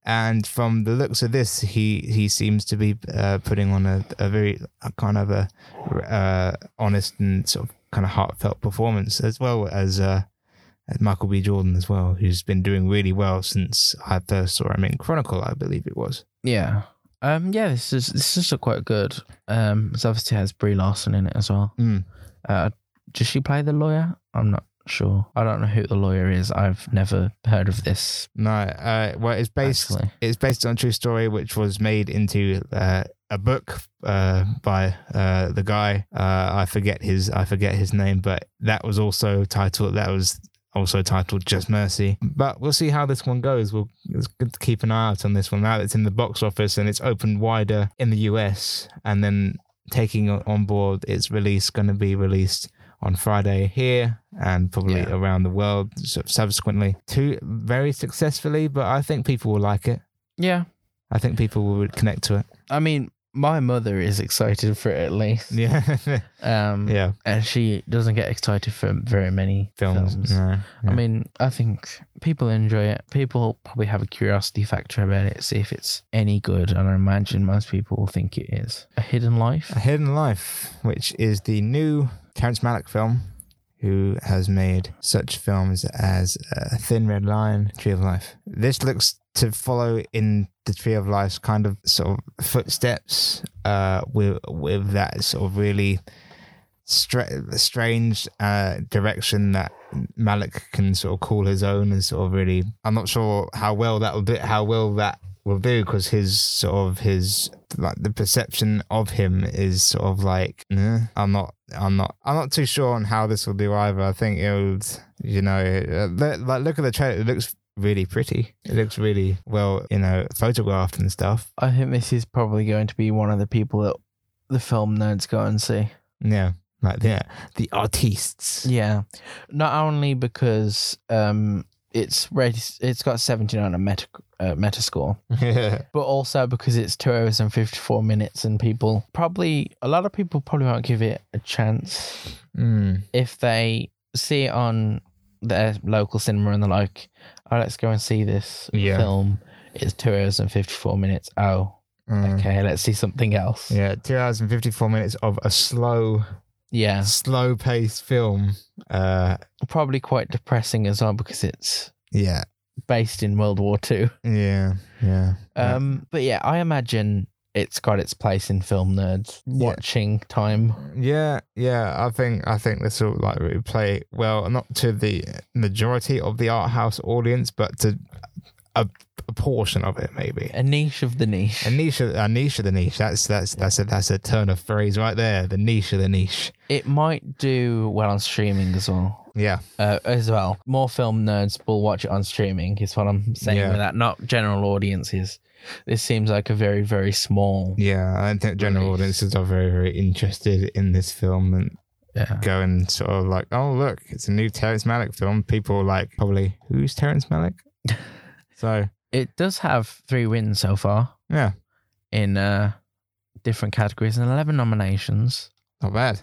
C: And from the looks of this, he, he seems to be uh, putting on a, a very a kind of a uh, honest and sort of kind of heartfelt performance, as well as, uh, as Michael B. Jordan as well, who's been doing really well since I first saw him in Chronicle, I believe it was.
D: yeah. Um. Yeah. This is this is quite good. Um. It obviously has Brie Larson in it as well.
C: Mm.
D: Uh. Does she play the lawyer? I'm not sure. I don't know who the lawyer is. I've never heard of this.
C: No, uh, well, it's based
D: Basically.
C: it's based on a true story, which was made into uh, a book uh, by uh, the guy. Uh, I forget his I forget his name, but that was also titled that was also titled Just Mercy. But we'll see how this one goes. We'll it's good to keep an eye out on this one now. It's in the box office and it's opened wider in the US, and then taking o- on board its release, going to be released on Friday here and probably
D: Yeah.
C: around the world su- subsequently. Two very successfully, but I think people will like it.
D: Yeah.
C: I think people will connect to it.
D: I mean, my mother is excited for it at least.
C: Yeah,
D: Um,
C: yeah.
D: And she doesn't get excited for very many
C: Films.
D: films.
C: No,
D: I
C: yeah.
D: mean, I think people enjoy it. People probably have a curiosity factor about it, see if it's any good. And I imagine most people will think it is. A Hidden Life?
C: A Hidden Life, which is the new Terrence Malick film, who has made such films as uh, Thin Red Line, Tree of Life. This looks to follow in the Tree of Life's kind of sort of footsteps, uh, with with that sort of really stra- strange uh, direction that Malik can sort of call his own and sort of really. I'm not sure how well that will do, how well that will do because his sort of his like the perception of him is sort of like "Nah, I'm not I'm not I'm not too sure on how this will do either. I think it would you know uh, le- like look at the trailer. It looks really pretty. It looks really well you know photographed and stuff.
D: I think this is probably going to be one of the people that the film nerds go and see.
C: Yeah, like the the artists.
D: Yeah, not only because um, it's rated, it's got seventy nine on meta uh, Metascore,
C: Yeah.
D: but also because it's two hours and fifty four minutes, and people probably a lot of people probably won't give it a chance
C: Mm.
D: if they see it on their local cinema and they're like, "Oh, let's go and see this
C: Yeah.
D: film." It's two hours and fifty four minutes. Oh,
C: Mm.
D: okay, let's see something else.
C: Yeah, two hours and fifty-four minutes of a slow,
D: yeah,
C: slow-paced film. Uh,
D: probably quite depressing as well because it's
C: yeah,
D: based in World War Two.
C: yeah, yeah. Yeah.
D: Um, but yeah, I imagine it's got its place in film nerds
C: Yeah.
D: watching time.
C: Yeah, yeah. I think I think this will like really play well, not to the majority of the art house audience, but to a, a portion of it, maybe.
D: A niche of the niche.
C: A niche, of- a niche of the niche. That's that's that's a that's a turn of phrase right there. The niche of the niche.
D: It might do well on streaming as well.
C: Yeah,
D: Uh, as well, more film nerds will watch it on streaming. Is what I'm saying
C: Yeah.
D: with that. Not general audiences. This seems like a very very small.
C: yeah. I think general
D: Nice.
C: audiences are very very interested in this film and
D: Yeah.
C: go and sort of like, oh look, it's a new Terrence Malick film. People are like probably who's Terrence Malick? so
D: It does have three wins so far
C: yeah,
D: in uh, different categories and eleven nominations,
C: not bad.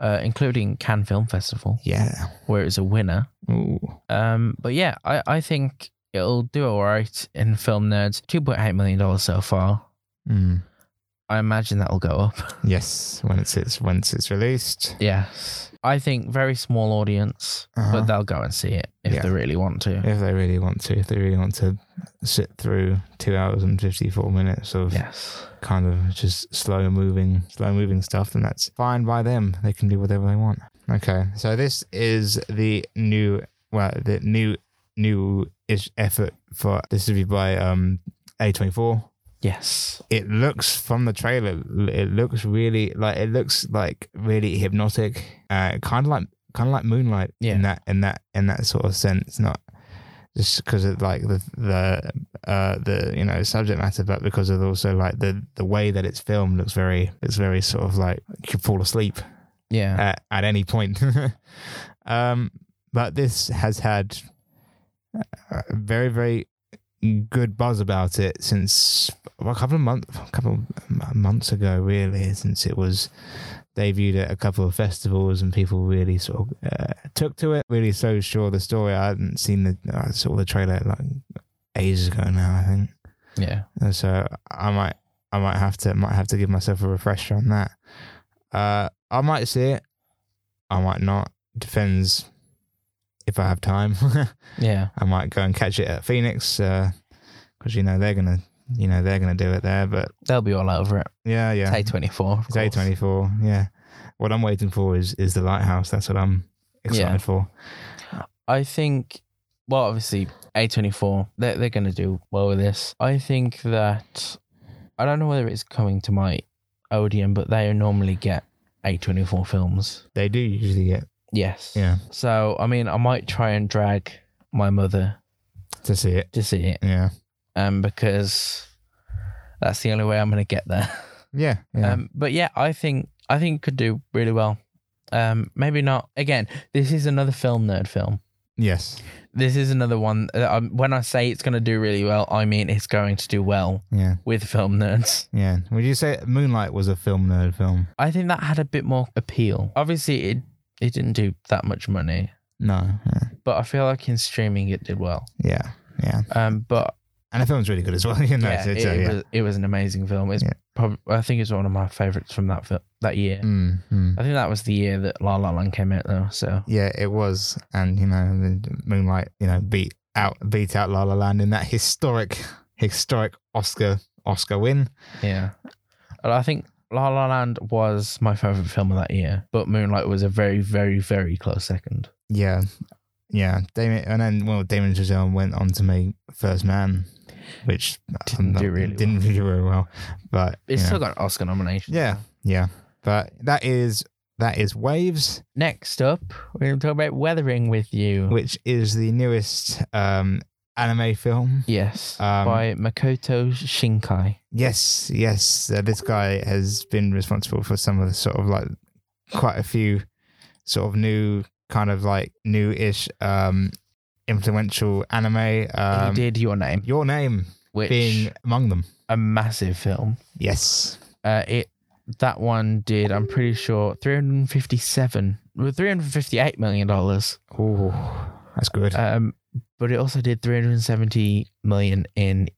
D: uh, including Cannes Film Festival,
C: Yeah.
D: where it's a winner.
C: Ooh.
D: Um, but yeah, I, I think it'll do all right in film nerds. Two point eight million dollars so far.
C: Mm.
D: I imagine that'll go up.
C: Yes. Once it's once it's released.
D: yes, I think very small audience,
C: Uh-huh.
D: but they'll go and see it if
C: Yeah.
D: they really want to.
C: If they really want to, if they really want to sit through two hours and fifty four minutes of
D: Yes,
C: kind of just slow moving, slow moving stuff, then that's fine by them. They can do whatever they want. Okay, so this is the new, well, the new, new ish effort for this to be by um A24.
D: yes,
C: It looks from the trailer, it looks really like it looks like really hypnotic, uh, kind of like kind of like Moonlight
D: Yeah.
C: in that in that in that sort of sense, not. Just because of like the the uh the you know subject matter, but because of also like the the way that it's filmed looks very it's very sort of like you could fall asleep
D: yeah.
C: at, at any point. um, but this has had a very, very good buzz about it since well, a couple of months, a couple of months ago, really, since it was debuted at a couple of festivals and people really sort of uh, took to it. Really, so sure the story. I hadn't seen the I saw the trailer like ages ago now. I think.
D: yeah.
C: And so I might I might have to might have to give myself a refresher on that. Uh, I might see it. I might not. Depends if I have time.
D: Yeah.
C: I might go and catch it at Phoenix because you know they're gonna you know they're gonna do it there. But
D: They'll be all over it.
C: yeah, yeah,
D: It's A24.
C: it's A twenty four. Yeah, what I'm waiting for is is the lighthouse. That's what I'm excited
D: Yeah.
C: for.
D: I think, well, obviously, A24, they're, they're going to do well with this. I think that, I don't know whether it's coming to my Odeon, but they normally get A24 films.
C: They do usually get
D: Yes.
C: yeah
D: So, I mean, I might try and drag my mother
C: to see it.
D: to see it
C: Yeah,
D: um, because that's the only way I'm going to get there.
C: yeah, yeah.
D: Um, but yeah, I think I think it could do really well. Um, maybe not. Again, this is another film nerd film.
C: Yes.
D: This is another one. uh, um, when I say it's going to do really well, I mean it's going to do well
C: Yeah.
D: with film nerds.
C: Yeah. Would you say Moonlight was a film nerd film?
D: I think that had a bit more appeal. Obviously, it it didn't do that much money,
C: No. Yeah.
D: but I feel like in streaming it did well.
C: Yeah. yeah.
D: Um, but
C: And the film's really good as well. You know,
D: yeah,
C: so
D: it,
C: it's, uh,
D: it
C: yeah.
D: was it was an amazing film. It's
C: Yeah.
D: probably I think it's one of my favorites from that fil- that year.
C: Mm, mm.
D: I think that was the year that La La Land came out though. So
C: Yeah, it was. And you know, the Moonlight, you know, beat out beat out La La Land in that historic historic Oscar Oscar win.
D: yeah, And I think La La Land was my favorite film of that year, but Moonlight was a very very very close second.
C: Yeah. Yeah. Damon and then well Damon Giselle went on to make First Man, which uh,
D: Didn't do really
C: didn't do very well. But
D: It's
C: you know.
D: still got an Oscar nomination.
C: Yeah. Yeah. But that is that is Waves.
D: Next up, we're going to talk about Weathering with You.
C: which is the newest um, anime film.
D: yes,
C: Um,
D: by Makoto Shinkai.
C: Yes, yes. Uh, this guy has been responsible for some of the sort of like quite a few sort of new kind of like new-ish um, influential anime. Um,
D: he did Your Name,
C: Your name
D: which
C: being among them.
D: a massive film.
C: Yes.
D: Uh, it that one did. I'm pretty sure 357, well, 358 million dollars.
C: Oh, that's good.
D: Um, but it also did 370 million in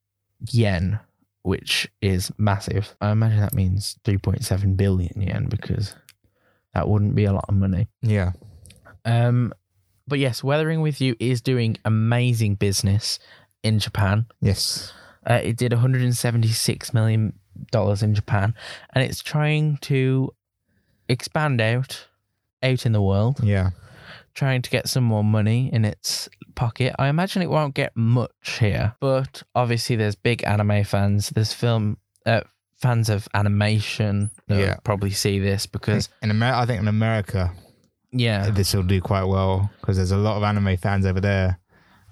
D: yen, which is massive. I imagine that means 3.7 billion yen because that wouldn't be a lot of money.
C: yeah.
D: Um, but yes, Weathering with You is doing amazing business in Japan.
C: Yes.
D: Uh, it did 176 million dollars in Japan, and it's trying to expand out, out in the world,
C: Yeah.
D: trying to get some more money in its pocket. I imagine it won't get much here, but obviously there's big anime fans. There's film uh, fans of animation that
C: Yeah.
D: probably see this because
C: In America, I think in America,
D: yeah,
C: Uh, this will do quite well because there's a lot of anime fans over there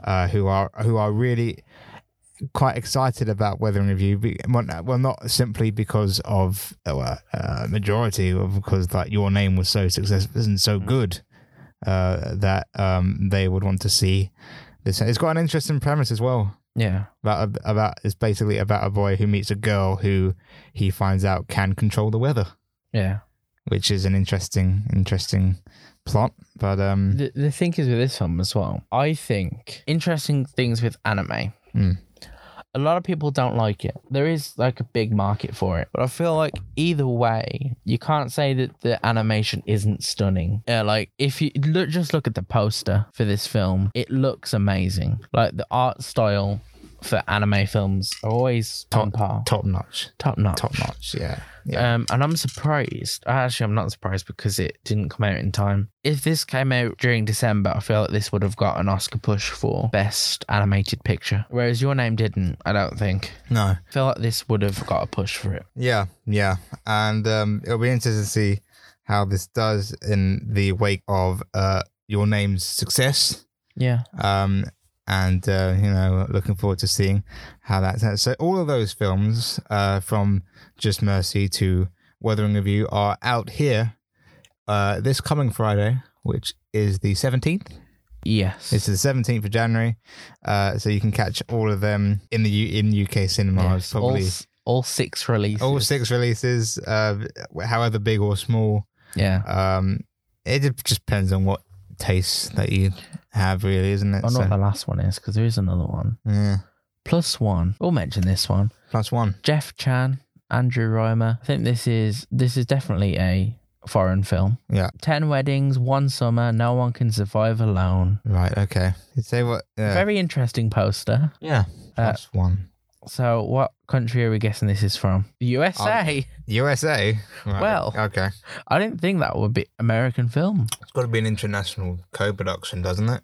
C: uh, who are who are really quite excited about Weathering with You. Be- Well, no- well, not simply because of uh, well, uh, majority, or because like your name was so successful and so good uh, that um, they would want to see this. It's got an interesting premise as well.
D: yeah,
C: About about it's basically about a boy who meets a girl who he finds out can control the weather,
D: yeah.
C: which is an interesting interesting plot. But um,
D: The, the thing is with this film as well, I think interesting things with anime.
C: Hmm.
D: A lot of people don't like it. There is like a big market for it, but I feel like either way, you can't say that the animation isn't stunning. Uh, like if you look, just look at the poster for this film, it looks amazing. Like the art style for anime films are always on par,
C: top notch.
D: top notch,
C: top notch. Yeah, yeah,
D: Um, and I'm surprised. Actually, I'm not surprised because it didn't come out in time. If this came out during December, I feel like this would have got an Oscar push for Best Animated Picture. Whereas Your Name didn't, I don't think.
C: no,
D: I feel like this would have got a push for it.
C: yeah, yeah, and um, it'll be interesting to see how this does in the wake of uh, your name's success.
D: Yeah.
C: Um, and uh, you know, looking forward to seeing how that. So all of those films, uh, from Just Mercy to Weathering of You, are out here uh, this coming Friday, which is the seventeenth.
D: Yes.
C: It's the seventeenth of January, uh, so you can catch all of them in the U- in UK cinemas.
D: Yes. All,
C: Probably
D: s- all six releases.
C: all six releases, uh, however big or small.
D: Yeah.
C: Um, it just- just depends on what taste that you have, really, isn't it?
D: I don't know
C: So,
D: what the last one is because there is another one.
C: yeah,
D: Plus one. We'll mention this one.
C: plus one.
D: Jeff Chan, Andrew Reimer. I think this is this is definitely a foreign film.
C: Yeah.
D: Ten weddings, one summer. No one can survive alone.
C: Right. Okay. You say what? Yeah.
D: Very Uh, interesting poster.
C: yeah. Plus one.
D: So, what country are we guessing this is from? The USA.
C: USA. Right,
D: well-
C: okay.
D: I didn't think that would be American film.
C: It's got to be an international co-production, doesn't it?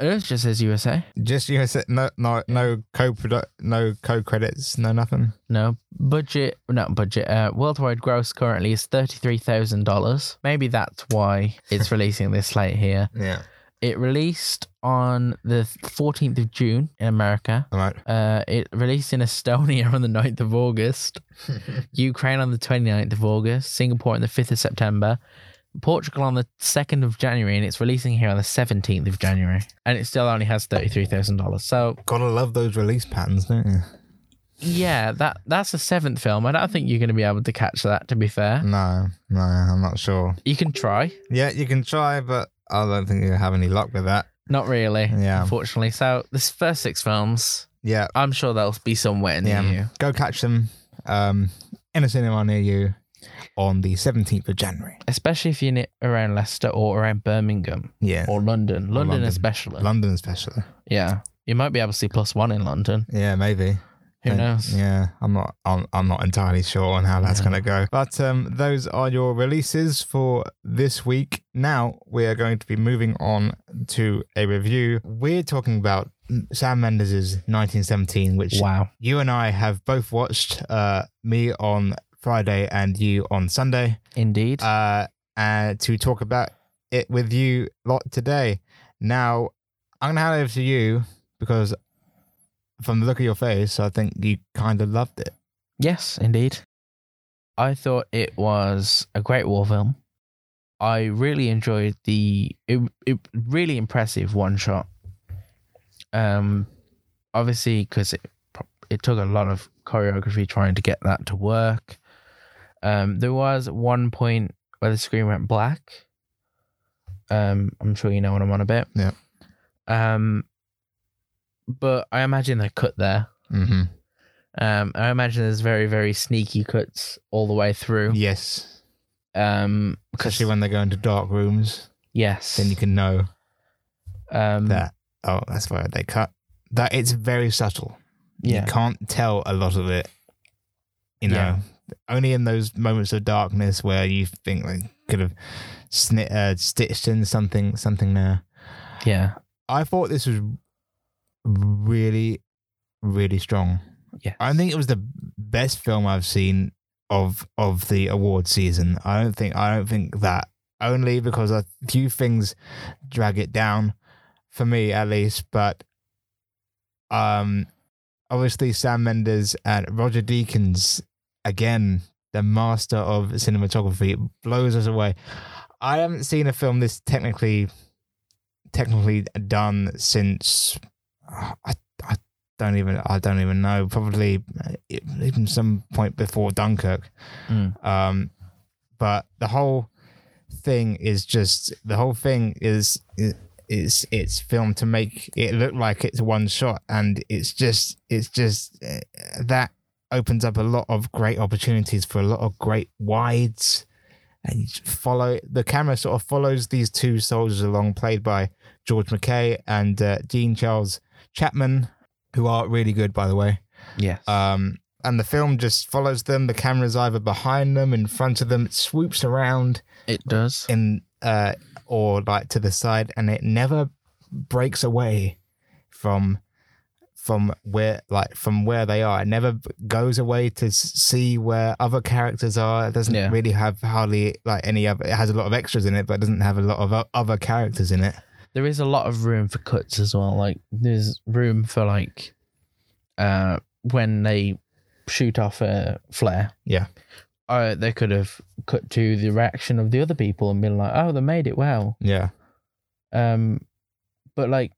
D: It just says USA.
C: Just USA. No, no, no co product no co-credits, no nothing.
D: No budget, not budget. Uh, worldwide gross currently is thirty three thousand dollars. Maybe that's why it's releasing this late here.
C: Yeah.
D: It released on the 14th of June in America.
C: All right.
D: Uh, it released in Estonia on the 9th of August, Ukraine on the 29th of August, Singapore on the 5th of September, Portugal on the 2nd of January, and it's releasing here on the 17th of January. And it still only has $33,000. So,
C: Gotta love those release patterns, don't you?
D: yeah, that that's the seventh film. I don't think you're going to be able to catch that, to be fair.
C: No, no, I'm not sure.
D: You can try.
C: Yeah, you can try, but I don't think you have any luck with that.
D: Not really,
C: Yeah.
D: unfortunately. So, this first six films,
C: Yeah,
D: I'm sure they'll be somewhere near
C: yeah.
D: you.
C: Go catch them um, in a cinema near you on the 17th of January.
D: Especially if you're ne- around Leicester or around Birmingham
C: Yeah,
D: or London. London,
C: London.
D: especially.
C: London especially.
D: Yeah. You might be able to see plus one in London.
C: Yeah, maybe.
D: Who
C: Don't-
D: knows?
C: Yeah, I'm not. I'm, I'm not entirely sure on how that's going to go. But um, those are your releases for this week. Now we are going to be moving on to a review. We're talking about Sam Mendes's 1917, which
D: Wow.
C: you and I have both watched. Uh, me on Friday and you on Sunday.
D: Indeed.
C: Uh, uh, to talk about it with you lot today. Now I'm gonna hand it over to you because from the look of your face, I think you kind of loved it.
D: yes, indeed. I thought it was a great war film. I really enjoyed the it, it really impressive one shot. Um obviously cuz it pro- it took a lot of choreography trying to get that to work. Um there was one point where the screen went black. Um I'm sure you know what I'm on about.
C: Yeah.
D: Um but I imagine they cut there.
C: Mm-hmm.
D: Um, I imagine there's very, very sneaky cuts all the way through.
C: Yes,
D: Um, because
C: especially when they go into dark rooms,
D: yes,
C: then you can know
D: um,
C: that. Oh, that's where they cut. That it's very subtle. You
D: yeah,
C: can't tell a lot of it. You know,
D: Yeah.
C: only in those moments of darkness where you think they could have sni uh, stitched in something, something there.
D: yeah,
C: I thought this was really, really strong.
D: yeah.
C: I think it was the best film I've seen of of the award season. I don't think I don't think that only because a few things drag it down for me at least. But um, obviously Sam Mendes and Roger Deakins again, the master of cinematography, blows us away. I haven't seen a film this technically technically done since uh, I, I don't even I don't even know probably uh, e-, even some point before Dunkirk.
D: Mm.
C: Um, but the whole thing is just the whole thing is is it's filmed to make it look like it's one shot, and it's just it's just uh, that opens up a lot of great opportunities for a lot of great wides. And you just follow the camera sort of follows these two soldiers along, played by George McKay and uh, Dean Charles Chapman, who are really good, by the way.
D: yes,
C: Um, and the film just follows them. The camera's either behind them, in front of them, it swoops around
D: it does.
C: in uh, or like to the side, and it never breaks away from from where like from where they are. It never b- goes away to s- see where other characters are. It doesn't
D: Yeah.
C: really have hardly like any other. It has a lot of extras in it, but it doesn't have a lot of o- other characters in it.
D: there is a lot of room for cuts as well. Like there's room for like, uh, when they shoot off a flare.
C: Yeah.
D: Uh, they could have cut to the reaction of the other people and been like, "Oh, they made it well."
C: Yeah,
D: um but like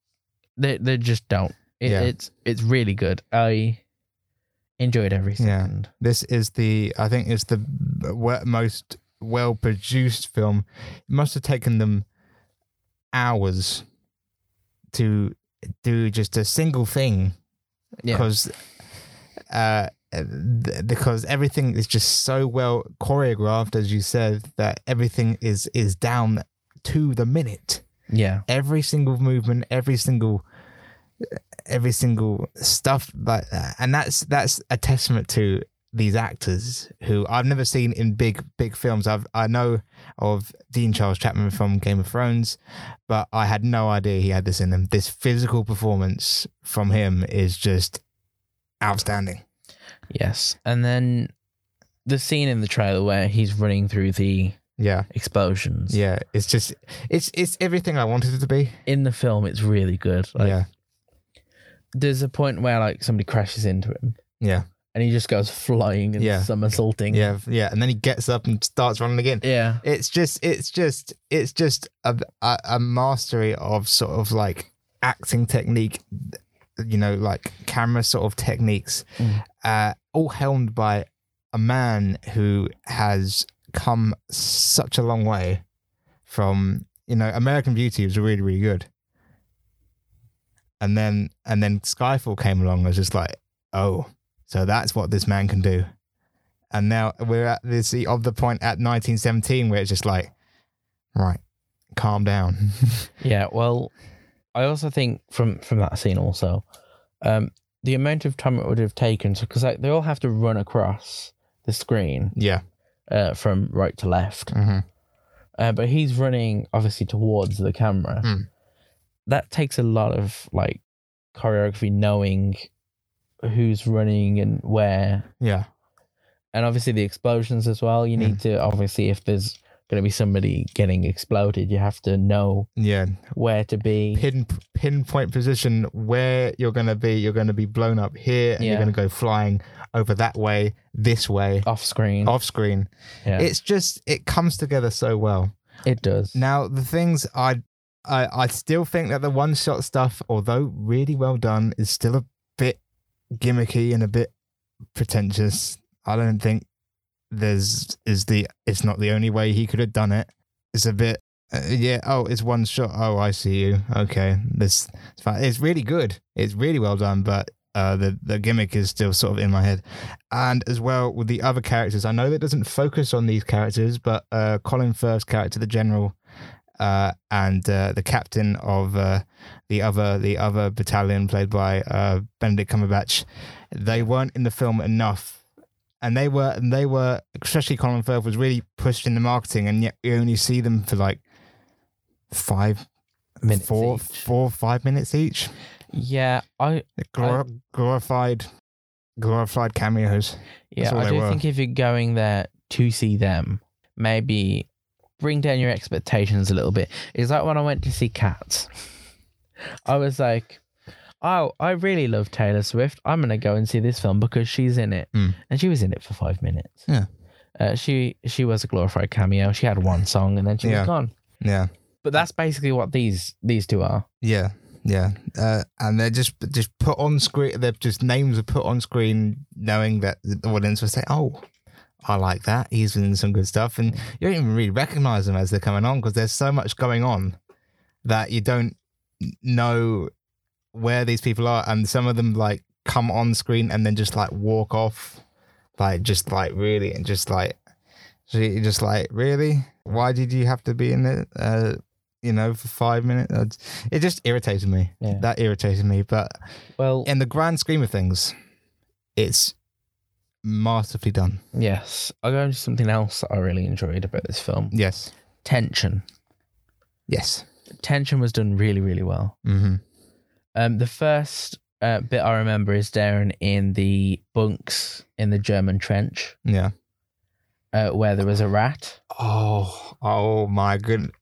D: they they just don't it,
C: Yeah.
D: it's it's really good i enjoyed every
C: Yeah.
D: second
C: this is the I think it's the we- most well produced film. It must have taken them hours to do just a single thing
D: yeah
C: because uh, th- because everything is just so well choreographed, as you said, that everything is is down to the minute.
D: yeah
C: Every single movement, every single every single stuff like that, and that's that's a testament to these actors who I've never seen in big big films. I've I know of Dean Charles Chapman from Game of Thrones, but I had no idea he had this in him. This physical performance from him is just outstanding.
D: yes and then the scene in the trailer where he's running through the
C: Yeah,
D: explosions.
C: yeah. It's just it's it's everything I wanted it to be.
D: In the film, it's really good. Like,
C: yeah,
D: There's a point where like somebody crashes into him
C: yeah,
D: and he just goes flying and
C: Yeah.
D: somersaulting.
C: yeah, yeah. And then he gets up and starts running again.
D: Yeah.
C: It's just it's just it's just a, a a mastery of sort of like acting technique, you know, like camera sort of techniques,
D: Mm.
C: uh, all helmed by a man who has come such a long way from you know American Beauty was really really good, and then and then Skyfall came along. I was just like, oh, so that's what this man can do, and now we're at this of the point at 1917 where it's just like, right, calm down.
D: Yeah. Well, I also think from from that scene also, um, the amount of time it would have taken because like they all have to run across the screen
C: yeah,
D: uh, from right to left.
C: hmm
D: uh, but he's running obviously towards the camera.
C: Mm.
D: That takes a lot of like choreography, knowing who's running and where,
C: yeah,
D: and obviously the explosions as well. You need to obviously if there's going to be somebody getting exploded, you have to know
C: yeah.
D: where to be.
C: Pin pinpoint position where you're gonna be. You're gonna be blown up here, and
D: Yeah.
C: you're gonna go flying over that way, this way,
D: Off screen,
C: off screen.
D: yeah, it,
C: It's just Oh, it comes together so well.
D: does.
C: Now the things I I, I still think that the one shot stuff, although really well done, is still a bit gimmicky and a bit pretentious. I don't think there's is the it's not the only way he could have done it. It's a bit uh, yeah. Oh, it's one shot. Oh, I see you. Okay, this it's fine. It's really good. It's really well done, but. Uh, the the gimmick is still sort of in my head, and as well with the other characters. I know that doesn't focus on these characters, but uh, Colin Firth's character, the general, uh, and uh, the captain of uh, the other the other battalion played by uh, Benedict Cumberbatch. They weren't in the film enough, and they were and they were especially Colin Firth was really pushed in the marketing, and yet we only see them for like five
D: Minutes
C: four
D: each.
C: four five minutes each.
D: Yeah, I
C: Glor- glorified glorified cameos.
D: yeah
C: all
D: I
C: they
D: do
C: were.
D: think if you're going there to see them, maybe bring down your expectations a little bit. It's like when I went to see Cats. I was like, oh, I really love Taylor Swift. I'm going to go and see this film because she's in it.
C: Mm.
D: And she was in it for five minutes.
C: Yeah.
D: Uh, she she was a glorified cameo. She had one song and then she
C: Yeah.
D: was gone.
C: Yeah.
D: But that's basically what these these two are.
C: Yeah, yeah, uh, and they're just just put on screen. They're just names are put on screen, knowing that the audience will say, "Oh, I like that. He's been in some good stuff." And you don't even really recognize them as they're coming on because there's so much going on that you don't know where these people are. And some of them like come on screen and then just like walk off, like just like really, and just like so you're just like really. Why did you have to be in it? Uh, you know, for five minutes. Uh, It just irritated me.
D: Yeah.
C: That irritated me. But
D: Well,
C: in the grand scheme of things, it's masterfully done.
D: yes. I'll go into something else that I really enjoyed about this film.
C: Yes.
D: Tension.
C: Yes.
D: Tension was done really, really well.
C: Mm-hmm.
D: Um, the first uh, bit I remember is Darren in the bunks in the German trench
C: Yeah.
D: uh, where there was a rat.
C: Oh, oh my goodness.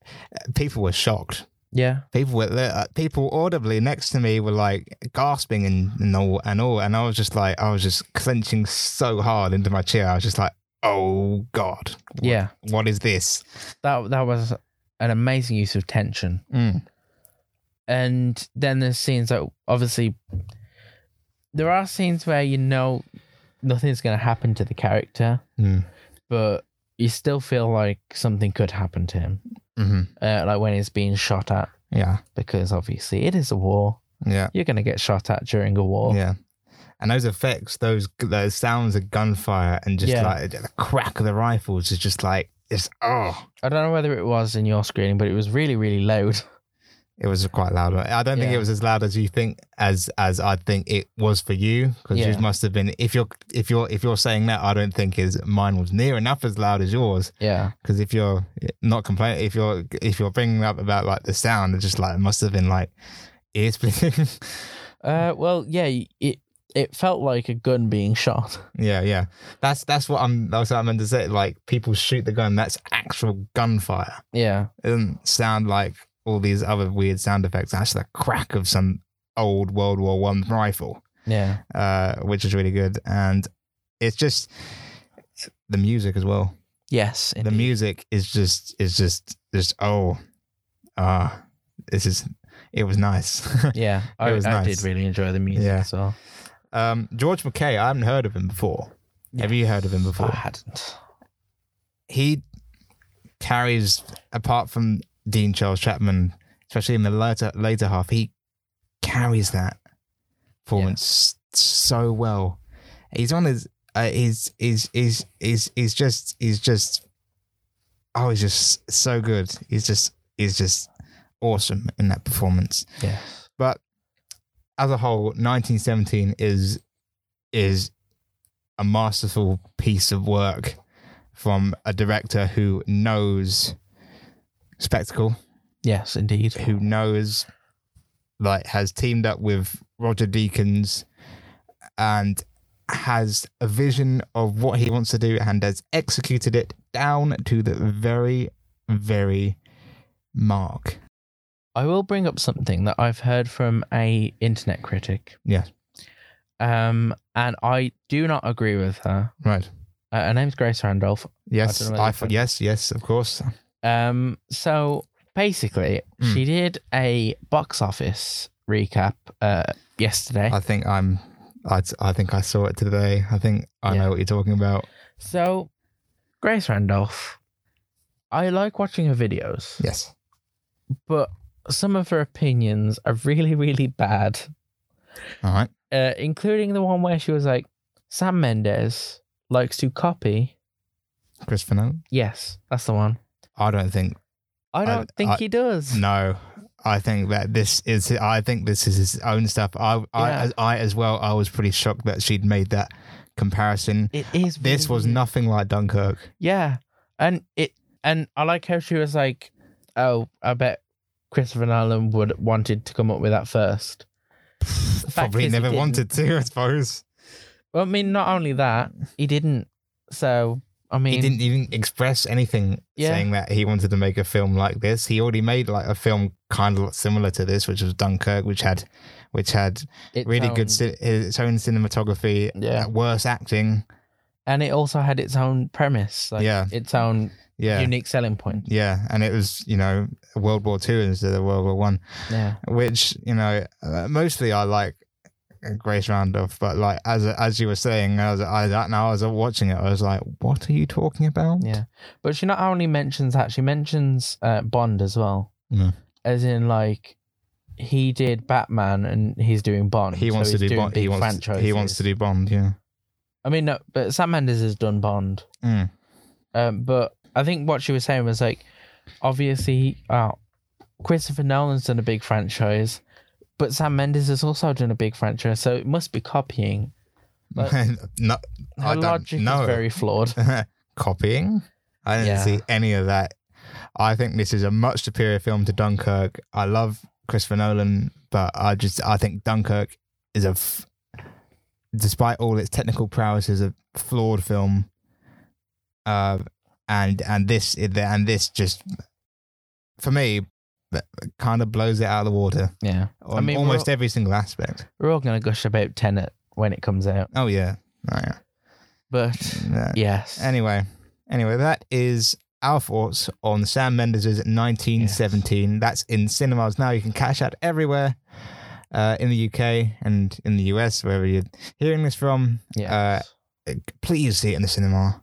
C: People were shocked.
D: Yeah.
C: People were uh, people audibly next to me were like gasping and, and all and all, and I was just like I was just clenching so hard into my chair. I was just like, oh god, What-
D: Yeah.
C: what is this?
D: That that was an amazing use of tension.
C: Mm.
D: And then there's scenes that obviously there are scenes where you know nothing's going to happen to the character,
C: Mm.
D: but you still feel like something could happen to him,
C: hmm
D: uh, like when he's being shot at,
C: Yeah,
D: because obviously it is a war.
C: yeah.
D: You're going to get shot at during a war.
C: Yeah. Oh. And those effects, those those sounds of gunfire and just
D: Yeah.
C: like the crack of the rifles is just like it's oh
D: I don't know whether it was in your screening, but it was really, really loud.
C: it was quite loud. I don't think
D: Yeah.
C: it was as loud as you think as as I think it was for you because
D: Yeah.
C: you must have been if you're if you're if you're saying that I don't think is mine was near enough as loud as yours
D: Yeah.
C: because if you're not complaining if you're if you're bringing up about like the sound it's just like it must have been like ear splitting
D: Uh, well, yeah, y- it, it felt like a gun being shot.
C: Yeah, yeah. That's that's what I'm. That's what I meant to say. Like people shoot the gun. That's actual gunfire.
D: Yeah.
C: It doesn't sound like all these other weird sound effects. That's the crack of some old World War One rifle,
D: Yeah.
C: uh, which is really good. And it's just the music as well.
D: Yes.
C: The
D: indeed.
C: music is just is just just oh, ah, this is it was nice.
D: Yeah. I,
C: was
D: I
C: nice.
D: did really enjoy the music
C: Yeah.
D: as well.
C: um, George McKay. I haven't heard of him before. Have you heard of him
D: I
C: before?
D: hadn't.
C: he carries apart from Dean Charles Chapman, especially in the later later half, he carries that performance so well. He's on his uh, he's he's he's he's he's just he's just oh he's just so good. He's just he's just awesome in that performance.
D: Yeah.
C: But as a whole, 1917 is is a masterful piece of work from a director who knows spectacle,
D: Yes, indeed.
C: who knows like has teamed up with Roger Deakins and has a vision of what he wants to do and has executed it down to the very, very mark.
D: I will bring up something that I've heard from a internet critic.
C: Yes.
D: Um, and I do not agree with her.
C: Right.
D: Uh, her name's Grace Randolph. I
C: Yes.
D: don't know
C: I,
D: whether-
C: yes. Yes. Of course.
D: Um, so basically,
C: Hmm.
D: she did a box office recap uh, yesterday.
C: I think I'm. I, I think I saw it today. I think I
D: Yeah.
C: know what you're talking about.
D: So, Grace Randolph, I like watching her videos,
C: Yes.
D: but some of her opinions are really, really bad,
C: All right.
D: uh, including the one where she was like, Sam Mendes likes to copy.
C: Chris Fennell.
D: Yes, that's the one.
C: I don't think.
D: I don't think
C: I-
D: he does.
C: No. I think that this is. I think this is his own stuff. I. I,
D: Yeah.
C: as, I as well. I was pretty shocked that she'd made that comparison.
D: It is.
C: This
D: really
C: was
D: weird.
C: nothing like Dunkirk.
D: Yeah, and it and I like how she was like, "Oh, I bet Christopher Nolan would wanted to come up with that first. fact
C: Probably
D: is he
C: never
D: didn't.
C: wanted to. I suppose
D: Well, I mean, not only that, he didn't. So I mean,
C: he didn't even express anything
D: Yeah.
C: saying that he wanted to make a film like this. He already made like a film kind of similar to this, which was Dunkirk, which had, which had
D: its
C: really
D: own-
C: good cin- its own cinematography
D: Yeah.
C: uh, worse acting
D: and it also had its own premise. Like,
C: Yeah.
D: its own
C: yeah
D: unique selling point.
C: yeah and it was you know world war two instead of world war one
D: Yeah,
C: which you know uh, mostly i like grace randolph but like as as you were saying as i that now as i was watching it i was like what are you talking about
D: yeah. But she not only mentions that, she mentions uh, Bond as well.
C: Yeah.
D: As in, like. He did Batman, and he's doing Bond.
C: he wants to do bond he wants he wants to do bond yeah
D: I mean, no, but Sam Mendes has done Bond.
C: Mm.
D: Um, but I think what she was saying was like, obviously, uh, Christopher Nolan's done a big franchise, but Sam Mendes has also done a big franchise, so it must be copying. But
C: no
D: her
C: i don't
D: logic
C: know
D: is very flawed.
C: copying. I didn't
D: Yeah.
C: see any of that. I think this is a much superior film to Dunkirk. I love Christopher Nolan, but I just I think Dunkirk is a, f- despite all its technical prowess, is a flawed film. Uh, and and this and this just for me kind of blows it out of the water
D: Yeah,
C: on
D: I mean,
C: almost
D: we're,
C: every single aspect.
D: all- we're all gonna gush about Tenet when it comes out,
C: Oh yeah, oh, yeah.
D: but
C: yeah.
D: yes,
C: Anyway, anyway, that is our thoughts on Sam Mendes' 1917. That's in cinemas now. You can catch that everywhere uh, in the UK and in the US, wherever you're hearing this from.
D: yeah,
C: Uh, please see it in the cinema.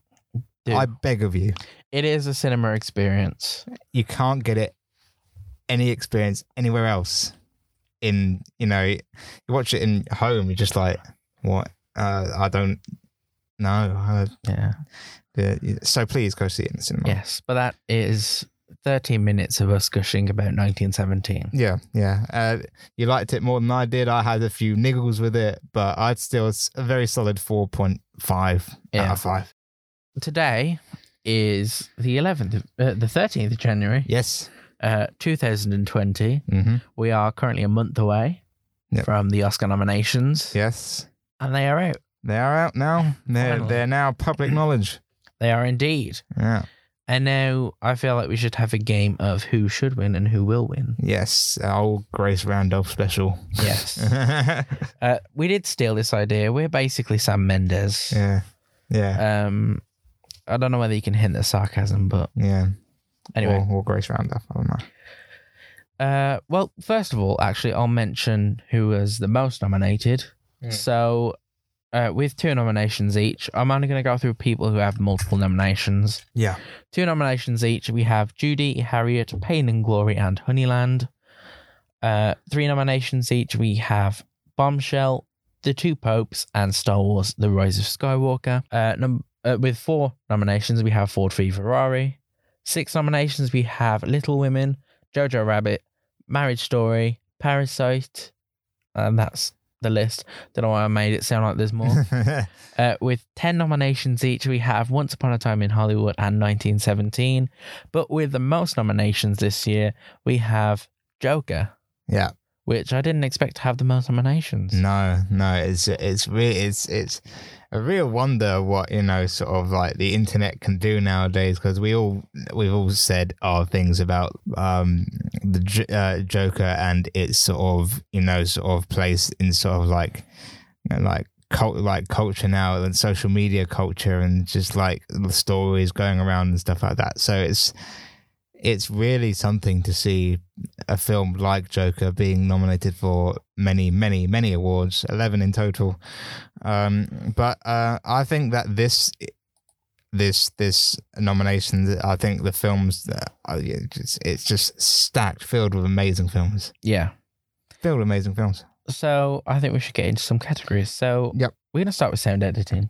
D: Do.
C: I beg of you.
D: it is a cinema experience.
C: You can't get it any experience anywhere else. In you know, you watch it in home. You're just like, what? Uh, I don't know. I-
D: Yeah,
C: the- so please go see it in the cinema.
D: yes, but that is thirteen minutes of us gushing about nineteen seventeen.
C: Yeah, yeah. Uh, you liked it more than I did. I had a few niggles with it, but I'd still it's a very solid 4.5 out
D: Yeah.
C: of 5.
D: today is the 11th, of- uh, the 13th of January,
C: Yes.
D: uh, 2020.
C: Mm-hmm.
D: We are currently a month away
C: Yep.
D: from the Oscar nominations.
C: Yes.
D: And they are out.
C: They are out now. They're
D: Finally. Mm-hmm.
C: they're now public knowledge.
D: They are indeed.
C: Yeah.
D: And now I feel like we should have a game of who should win and who will win.
C: Yes. Our old Grace Randolph special.
D: Yes.
C: yeah.
D: uh, we did steal this idea. We're basically Sam Mendes.
C: Yeah. Yeah.
D: Um, I don't know whether you can hint at sarcasm, but anyway.
C: Or, or Grace Randolph. I don't know.
D: Uh, well, first of all, actually, I'll mention who was the most nominated.
C: Yeah.
D: So, uh, with two nominations each, I'm only going to go through people who have multiple nominations.
C: Yeah.
D: Two nominations each. We have Judy, Harriet, Pain and Glory, and Honeyland. Uh, three nominations each. We have Bombshell, The Two Popes, and Star Wars: The Rise of Skywalker. Uh, num- uh, with four nominations, we have Ford v Ferrari. Six nominations, we have Little Women, Jojo Rabbit, Marriage Story, Parasite, and that's the list. Don't know why I made it sound like there's more. Uh, with 10 nominations each, we have Once Upon a Time in Hollywood and 1917. But with the most nominations this year, we have Joker,
C: yeah.
D: which I didn't expect to have the most nominations.
C: No, no, it's it's re- it's it's a real wonder what you know, sort of like the internet can do nowadays. Because we all we've all said our things about um the J- uh, Joker and its sort of you know sort of place in sort of like you know, like cult like culture now and social media culture and just like the stories going around and stuff like that. So it's it's really something to see a film like Joker being nominated for many, many, many awards, 11 in total. Um, but uh, I think that this this this nomination i think the films that are- yeah, it's, it's just stacked filled with amazing films
D: Yeah.
C: filled with amazing films
D: So I think we should get into some categories. So
C: Yep.
D: we're going to start with sound editing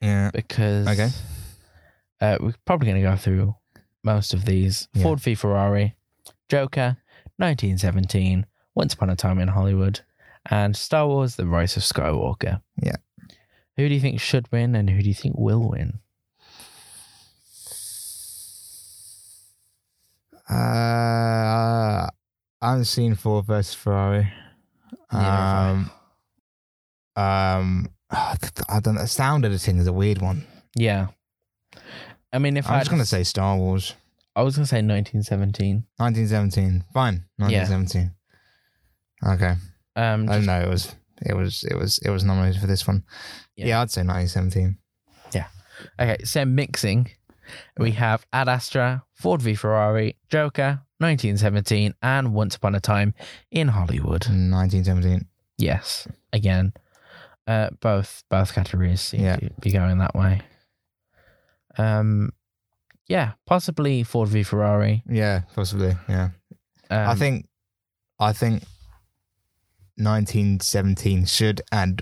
C: yeah
D: because
C: Okay.
D: uh, we're probably going to go through most of these
C: Yeah.
D: Ford v Ferrari, Joker, 1917, Once Upon a Time in Hollywood, and Star Wars The Rise of Skywalker.
C: Yeah.
D: Who do you think should win and who do you think will win?
C: uh i'm seeing ford versus ferrari
D: Yeah,
C: um um i don't know sound editing is a weird one
D: Yeah. I mean, if
C: i'm
D: I
C: just gonna say star wars
D: I was going to say 1917.
C: 1917. Fine.
D: Yeah.
C: 1917. Okay.
D: Um,
C: I don't
D: just-
C: know. It was. It was. It was. It was nominated for this one.
D: Yeah.
C: Yeah, I'd say 1917.
D: Okay, so mixing, we have Ad Astra, Ford v Ferrari, Joker, 1917, and Once Upon a Time in Hollywood.
C: 1917.
D: Yes, again, uh, both both categories seem
C: Yeah.
D: to be going that way. Um, yeah, possibly Ford v Ferrari.
C: Yeah, possibly. Yeah.
D: Um,
C: I think. I think. 1917 should and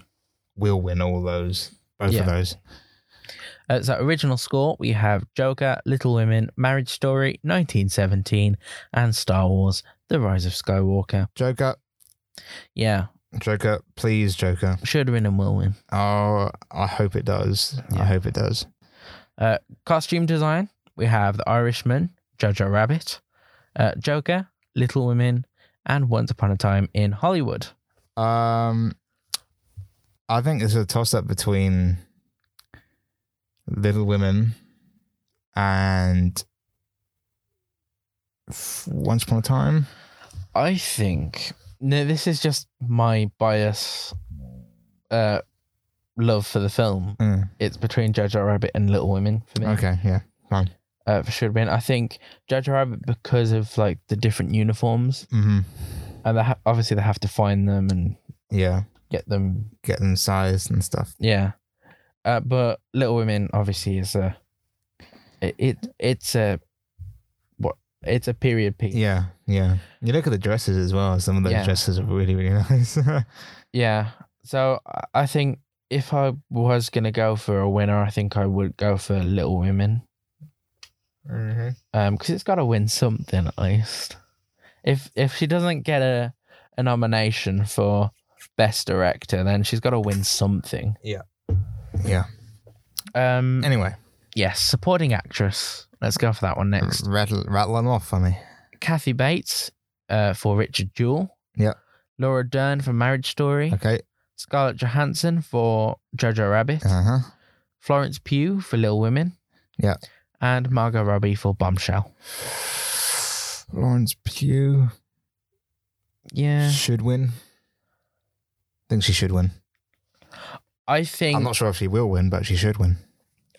C: will win all those. Both
D: Yeah.
C: of those.
D: uh, so. Original score we have Joker, Little Women, Marriage Story, 1917, and Star Wars: The Rise of Skywalker.
C: Joker.
D: Yeah,
C: Joker. Please, Joker.
D: should win and will win.
C: Oh, I hope it does.
D: Yeah.
C: I hope it does.
D: Costume design, we have The Irishman, Jojo Rabbit, uh, Joker, Little Women, and Once Upon a Time in Hollywood.
C: Um, I think it's a toss up between Little Women and F- Once Upon a Time.
D: I think no, this is just my bias, uh, love for the film.
C: Mm,
D: It's between Jojo Rabbit and Little Women for me.
C: okay, yeah, fine.
D: Uh, for sure, I think Jojo Rabbit because of like the different uniforms,
C: hmm
D: and they ha- obviously they have to find them and
C: Yeah,
D: get them.
C: get them sized and stuff.
D: Yeah, uh, but Little Women obviously is a it, it it's a what it's a period piece.
C: Yeah, yeah. You look at the dresses as well. Some of those
D: Yeah.
C: dresses are really, really nice.
D: Yeah. So I- I think if I was gonna go for a winner, I think I would go for Little Women.
C: mm-hmm.
D: Um, because it's got to win something at least. If if she doesn't get a a nomination for best director, then she's got to win something.
C: Yeah.
D: Um,
C: Anyway,
D: yes, supporting actress. Let's go for that one next.
C: rattle, rattle them off for me.
D: Kathy Bates, uh, for Richard Jewell.
C: Yeah.
D: Laura Dern for Marriage Story.
C: Okay.
D: Scarlett Johansson for Jojo Rabbit,
C: Uh huh.
D: Florence Pugh for Little Women,
C: Yeah.
D: and Margot Robbie for Bombshell.
C: Lawrence Pugh
D: Yeah,
C: should win. Think she should win.
D: I think
C: I'm not sure if she will win, but she should win.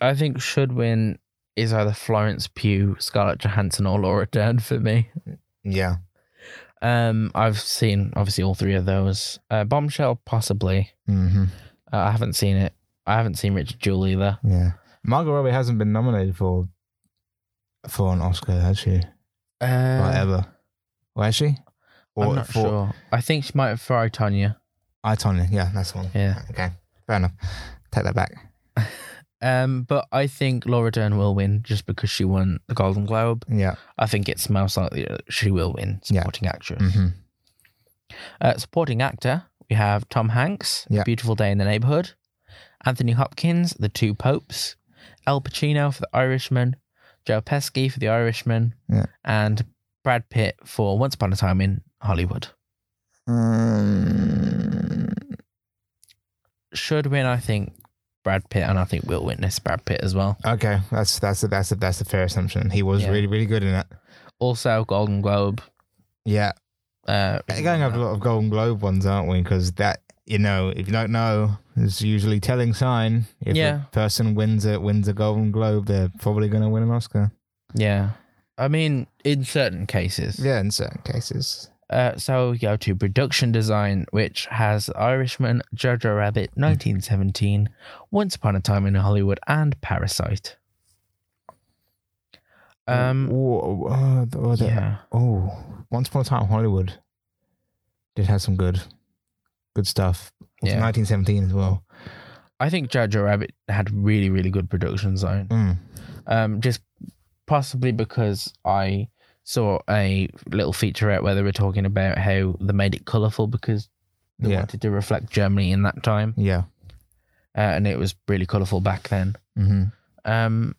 D: I think should win is either Florence Pugh, Scarlett Johansson, or Laura Dern for me.
C: Yeah.
D: Um, I've seen obviously all three of those. Uh, Bombshell possibly.
C: Mm-hmm.
D: Uh, I haven't seen it. I haven't seen Richard Jewell either.
C: Yeah. Margot Robbie hasn't been nominated for for an Oscar, has she?
D: Uh,
C: or ever. Or has she?
D: I'm not
C: for
D: sure. I think she might have for I, Tonya.
C: I Tonya. Yeah, that's the one.
D: Yeah.
C: Okay. Fair enough. Take that back.
D: Um, but I think Laura Dern will win just because she won the Golden Globe.
C: Yeah.
D: I think it's most likely that she will win
C: Yeah.
D: supporting actress.
C: Mm-hmm.
D: Uh, supporting actor, we have Tom Hanks,
C: Yeah.
D: Beautiful Day in the Neighborhood, Anthony Hopkins, The Two Popes, Al Pacino for The Irishman, Joe Pesci for The Irishman,
C: Yeah.
D: and Brad Pitt for Once Upon a Time in Hollywood.
C: Um,
D: Should win, I think, Brad Pitt, and I think we'll witness Brad Pitt as well.
C: okay. That's that's a, that's a, that's a fair assumption. He was
D: Yeah.
C: really really good in it.
D: Also, Golden Globe.
C: Yeah.
D: Uh,
C: They're going over a lot of Golden Globe ones, aren't we? Because that you know, if you don't know, it's usually telling sign. If
D: Yeah.
C: a person wins a wins a Golden Globe, they're probably going to win an Oscar.
D: Yeah. I mean, in certain cases.
C: Yeah, in certain cases.
D: Uh, so we go to production design, which has Irishman, Jojo Rabbit, 1917, Once Upon a Time in Hollywood, and Parasite. Um,
C: Whoa, whoa, whoa, the-
D: yeah,
C: Oh, Once Upon a Time in Hollywood did have some good, good stuff. It's
D: yeah.
C: 1917 as well.
D: I think Jojo Rabbit had really, really good production design.
C: Mm.
D: Um, just possibly because I saw a little featurette where they were talking about how they made it colorful because they
C: Yeah.
D: wanted to reflect Germany in that time,
C: Yeah.
D: uh, and it was really colorful back then.
C: hmm
D: Um,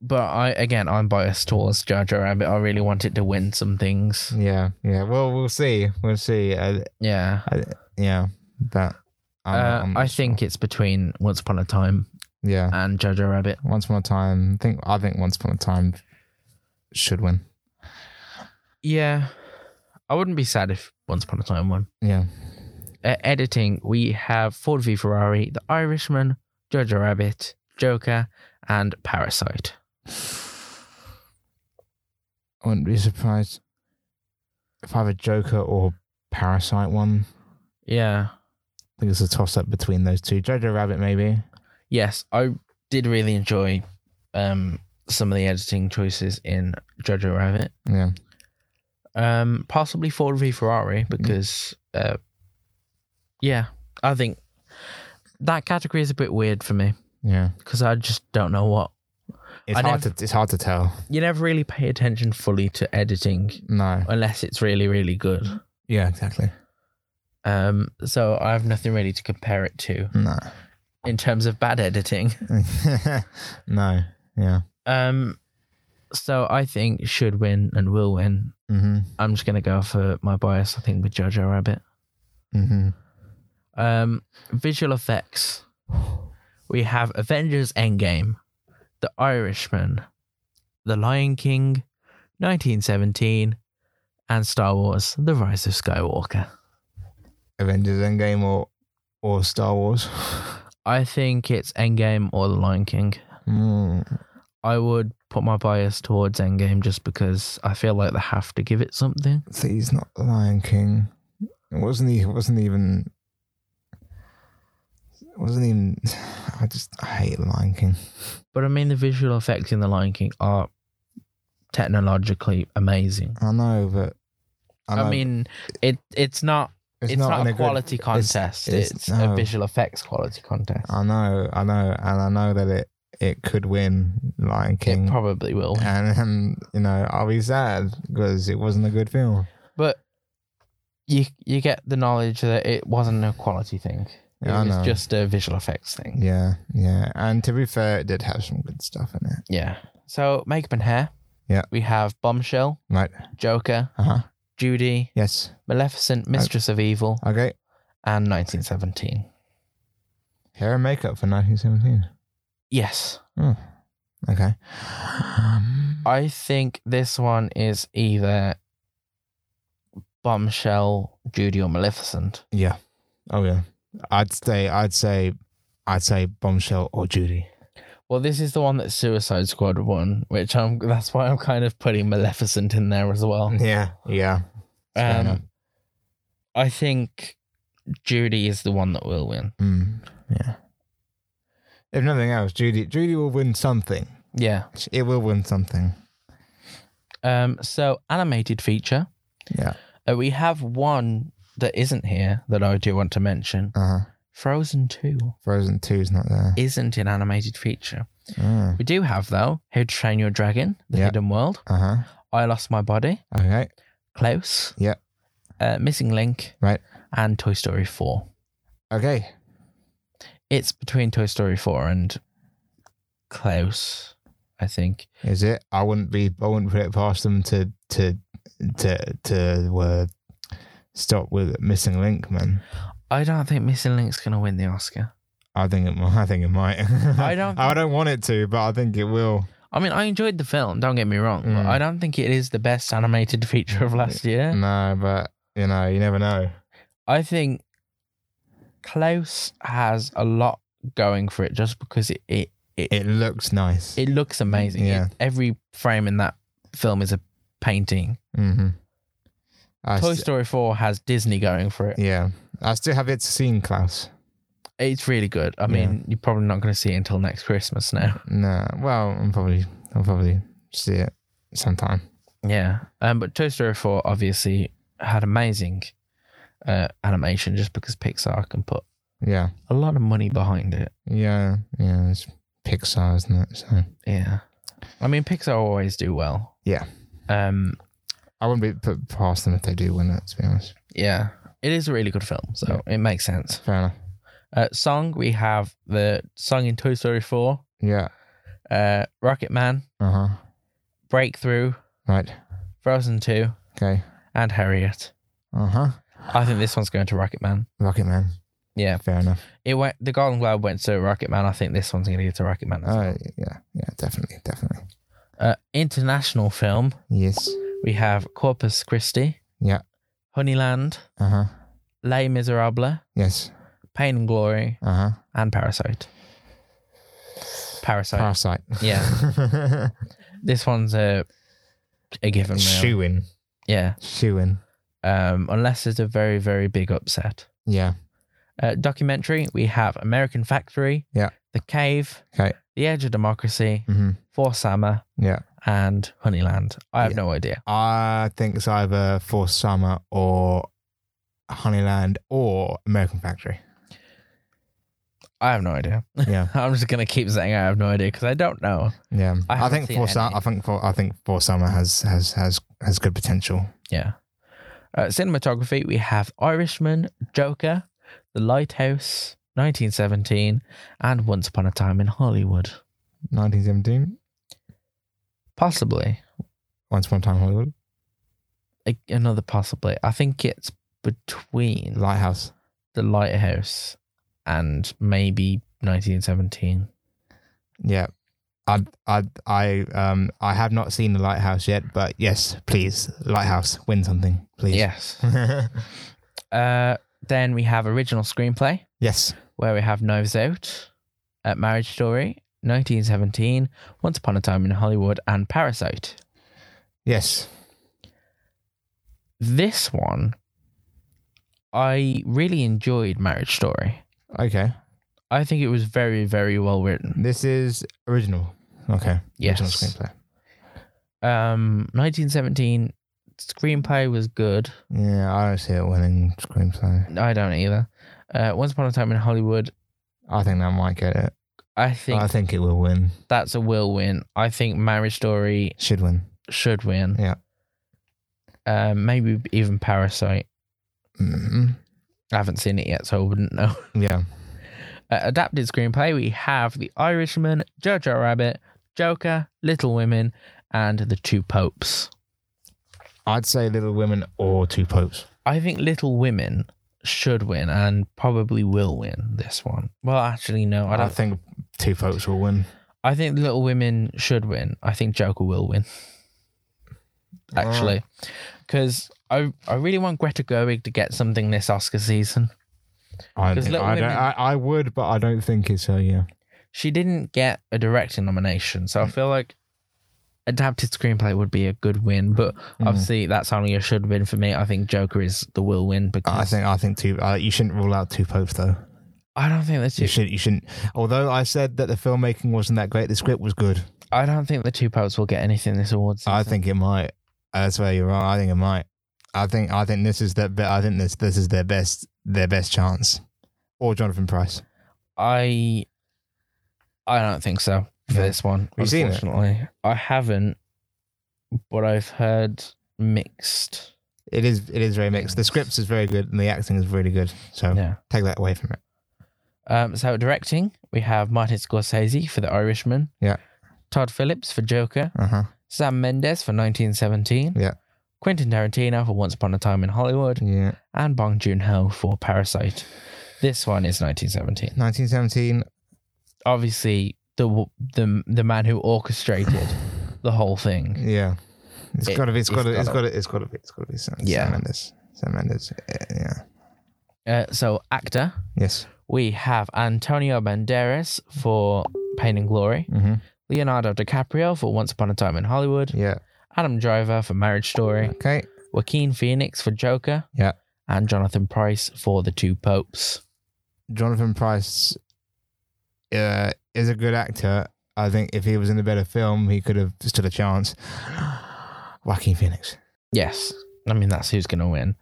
D: but I again, I'm biased towards Jar Jar Rabbit. I really want it to win some things.
C: Yeah. Yeah. Well, we'll see. We'll see. Uh,
D: Yeah,
C: yeah. But
D: uh,
C: I'm- I'm
D: I
C: not
D: think it's between Once Upon a Time
C: sure. Yeah.
D: and Jar Jar Rabbit.
C: Once upon a time. I think. I think Once upon a time should win.
D: Yeah, I wouldn't be sad if Once Upon a Time won.
C: Yeah.
D: Uh, editing, we have Ford v Ferrari, The Irishman, Jar Jar Rabbit, Joker, and Parasite.
C: I wouldn't be surprised if either Joker or Parasite won.
D: Yeah.
C: I think it's a toss up between those two. Jojo Rabbit, maybe.
D: Yes, I did really enjoy um, some of the editing choices in Jar Jar Rabbit.
C: Yeah.
D: Um, possibly Ford v Ferrari because, uh, yeah, I think that category is a bit weird for me
C: Yeah.
D: because I just don't know what.
C: It's
D: I
C: hard
D: never-
C: to. It's hard to tell.
D: You never really pay attention fully to editing
C: No.
D: unless it's really, really good.
C: Yeah. Exactly.
D: Um, so I have nothing really to compare it to
C: No.
D: in terms of bad editing.
C: no. Yeah.
D: Um, so I think should win and will win.
C: Mm-hmm.
D: I'm just gonna go for my bias. I think with Jojo Rabbit.
C: Mm-hmm.
D: Um, visual effects. We have Avengers Endgame, The Irishman, The Lion King, 1917, and Star Wars The Rise of Skywalker.
C: Avengers Endgame or or Star Wars.
D: I think it's Endgame or The Lion King.
C: Mm.
D: I would put my bias towards Endgame just because I feel like they have to give it something.
C: See, he's not the Lion King. It wasn't. He it wasn't even. It wasn't even. I just I hate the Lion King.
D: But I mean, the visual effects in The Lion King are technologically amazing.
C: I know, but
D: I,
C: know
D: mean, it it's not it's, not,
C: in
D: a
C: good-
D: quality contest. It's,
C: it's- no.
D: a visual effects quality contest.
C: I know, I know, and I know that it it could win Lion King.
D: It probably will.
C: and, and you know, I'll be sad because it wasn't a good film.
D: But you you get the knowledge that it wasn't a quality thing. It
C: Yeah, I
D: was
C: know.
D: just a visual effects thing.
C: Yeah, yeah. And to be fair, it did have some good stuff in it.
D: Yeah. So makeup and hair.
C: Yeah.
D: We have Bombshell,
C: Right.
D: Joker,
C: Uh huh.
D: Judy,
C: Yes.
D: Maleficent, Mistress of Evil,
C: Okay.
D: and 1917.
C: Hair and makeup for 1917.
D: Yes.
C: Oh, okay. Um,
D: I think this one is either Bombshell, Judy, or Maleficent.
C: yeah. Oh yeah. I'd say I'd say I'd say Bombshell or Judy.
D: Well, this is the one that Suicide Squad won, which I'm. That's why I'm kind of putting Maleficent in there as well.
C: Yeah. Yeah. fair enough.
D: Um, I think Judy is the one that will win.
C: Mm, yeah. If nothing else, Judy Judy will win something.
D: Yeah.
C: It will win something.
D: Um. So animated feature.
C: Yeah.
D: Uh, we have one that isn't here that I do want to mention.
C: Uh huh.
D: Frozen Two
C: Frozen Two's not there.
D: isn't an animated feature.
C: Uh
D: We do have though How to Train Your Dragon, The
C: Yeah.
D: Hidden World,
C: huh.
D: I Lost My Body,
C: Uh-huh. Okay.
D: Close,
C: Yeah.
D: uh, Missing Link,
C: Right.
D: and Toy Story Four.
C: Okay.
D: It's between Toy Story Four and Close, I think.
C: Is it? I wouldn't be. I wouldn't put it past them to to to to uh, stop with missing link, man.
D: I don't think Missing Link's gonna win the Oscar.
C: I think it. mi- I think it might.
D: I don't
C: I don't want it to, but I think it will.
D: I mean, I enjoyed the film. Don't get me wrong, but
C: Mm.
D: I don't think it is the best animated feature of last year.
C: No, but you know, you never know.
D: I think Close has a lot going for it just because it it, it, it,
C: It looks nice.
D: looks amazing. It-
C: Yeah.
D: every frame in that film is a painting.
C: mm-hmm. I
D: Toy
C: st-
D: Story 4 has Disney going for it.
C: yeah, I still have it seen, Klaus.
D: It's really good. I
C: Yeah.
D: mean, you're probably not going to see it until next Christmas now.
C: No, well, I'm probably, I'll probably see it sometime.
D: Yeah. Um, but Toy Story 4 obviously had amazing uh, animation just because Pixar can put
C: Yeah,
D: a lot of money behind it.
C: yeah, yeah. It's Pixar, isn't it? So
D: Yeah. I mean, Pixar always do well.
C: Yeah.
D: Um,
C: I wouldn't be put past them if they do win it. To be honest,
D: yeah. It is a really good film, so it makes sense.
C: fair enough.
D: Uh, song, we have the song in Toy Story 4,
C: Yeah.
D: uh, Rocket Man,
C: Uh huh.
D: Breakthrough,
C: Right.
D: Frozen 2,
C: Okay.
D: and Harriet.
C: Uh huh.
D: I think this one's going to Rocket Man.
C: Rocket Man.
D: Yeah.
C: Fair enough.
D: It went the Golden Globe went to Rocket Man. I think this one's gonna get to Rocket Man. as well.
C: Uh, yeah. Yeah. Definitely. Definitely.
D: Uh, international film.
C: Yes.
D: We have Corpus Christi.
C: Yeah.
D: Honeyland,
C: Uh huh.
D: Les Miserables,
C: Yes.
D: Pain and Glory,
C: Uh huh.
D: and Parasite. Parasite.
C: Parasite.
D: Yeah. this one's a a given. Real.
C: Shoeing.
D: Yeah.
C: Shoeing.
D: Um, unless there's a very very big upset.
C: Yeah.
D: Uh, documentary. We have American Factory.
C: Yeah.
D: The Cave.
C: Okay.
D: The Edge of Democracy.
C: Mm-hmm.
D: For Summer
C: Yeah.
D: and Honeyland. I have
C: Yeah.
D: no idea.
C: I think it's either For Summer or Honeyland or American Factory.
D: I have no idea.
C: Yeah.
D: I'm just gonna keep saying I have no idea because I don't know.
C: Yeah.
D: I
C: I,
D: haven't
C: think
D: seen
C: For Summer.
D: any.
C: I think For I think For Summer has has has has good potential.
D: Yeah. Uh, cinematography, we have Irishman, Joker, The Lighthouse, 1917, and Once Upon a Time in Hollywood.
C: 1917.
D: Possibly.
C: Once upon a time in Hollywood.
D: A- another possibly. I think it's between
C: Lighthouse.
D: The Lighthouse and maybe 1917.
C: Yeah. I I I um I have not seen the lighthouse yet, but yes, please, lighthouse, win something, please.
D: Yes.
C: Yeah.
D: Uh, then we have original screenplay.
C: yes.
D: where we have Knives Out, uh, Marriage Story, 1917, Once Upon a Time in Hollywood, and Parasite.
C: Yes.
D: This one, I really enjoyed Marriage Story.
C: Okay.
D: I think it was very, very well written.
C: This is original. Okay.
D: Yes.
C: Original screenplay.
D: Um, 1917 screenplay was good.
C: Yeah, I don't see it winning screenplay.
D: I don't either. Uh, Once Upon a Time in Hollywood,
C: I think that might get it.
D: I think
C: I think it will win.
D: that's a will win. I think Marriage Story
C: Should win.
D: should win.
C: Yeah.
D: Um, maybe even Parasite.
C: hmm
D: I haven't seen it yet, so I wouldn't know.
C: Yeah.
D: Uh, adapted screenplay, we have The Irishman, Jojo Rabbit, Joker, Little Women, and The Two Popes.
C: I'd say Little Women or Two Popes.
D: I think Little Women should win and probably will win this one. Well, actually, no, I
C: I
D: don't.
C: don't think two folks will win.
D: I think Little Women should win. I think Joker will win. Actually, because I I really want Greta Gerwig to get something this Oscar season.
C: I, don't
D: 'Cause
C: think-
D: Little
C: I, don't,
D: Women-
C: I, I would, but I don't think it's her. Yeah,
D: She didn't get a directing nomination,
C: Mm.
D: so I feel like adapted screenplay would be a good win. But
C: Mm.
D: obviously, that's only a should win for me. I think Joker is the will win because
C: I think I think two. Uh, you shouldn't rule out two popes though.
D: I don't think the two
C: You should. You shouldn't. Although I said that the filmmaking wasn't that great, the script was good.
D: I don't think the two poets will get anything this awards.
C: I think it might. That's where you're wrong. I think it might. I think I think this is their. Be- I think this this is their best their best chance. Or Jonathan Price.
D: I I don't think so for
C: Yeah.
D: this one.
C: Have you seen it?
D: unfortunately, I haven't, but I've heard mixed.
C: It is it is very mixed. The scripts is very good and the acting is really good. So
D: Yeah.
C: take that away from it.
D: Um. So directing, we have Martin Scorsese for The Irishman.
C: Yeah.
D: Todd Phillips for Joker.
C: Uh huh.
D: Sam Mendes for 1917.
C: Yeah.
D: Quentin Tarantino for Once Upon a Time in Hollywood,
C: Yeah.
D: and Bong Joon Ho for Parasite. This one is 1917.
C: 1917.
D: obviously the the the man who orchestrated the whole thing.
C: Yeah. It's
D: It-
C: gotta be. It's
D: it's
C: gotta. It's
D: gotta-
C: gotta. It's gotta be. It's gotta be. Sam,
D: Yeah.
C: Sam Mendes. Sam Mendes. eh, Yeah.
D: Uh, so actor,
C: Yes.
D: we have Antonio Banderas for Pain and Glory,
C: Mm-hmm.
D: Leonardo DiCaprio for Once Upon a Time in Hollywood,
C: Yeah.
D: Adam Driver for Marriage Story,
C: Okay.
D: Joaquin Phoenix for Joker,
C: Yeah.
D: and Jonathan Price for The Two Popes.
C: Jonathan Price uh, is a good actor. I think if he was in a better film, he could have stood a chance. Joaquin Phoenix.
D: Yes, I mean that's who's gonna win.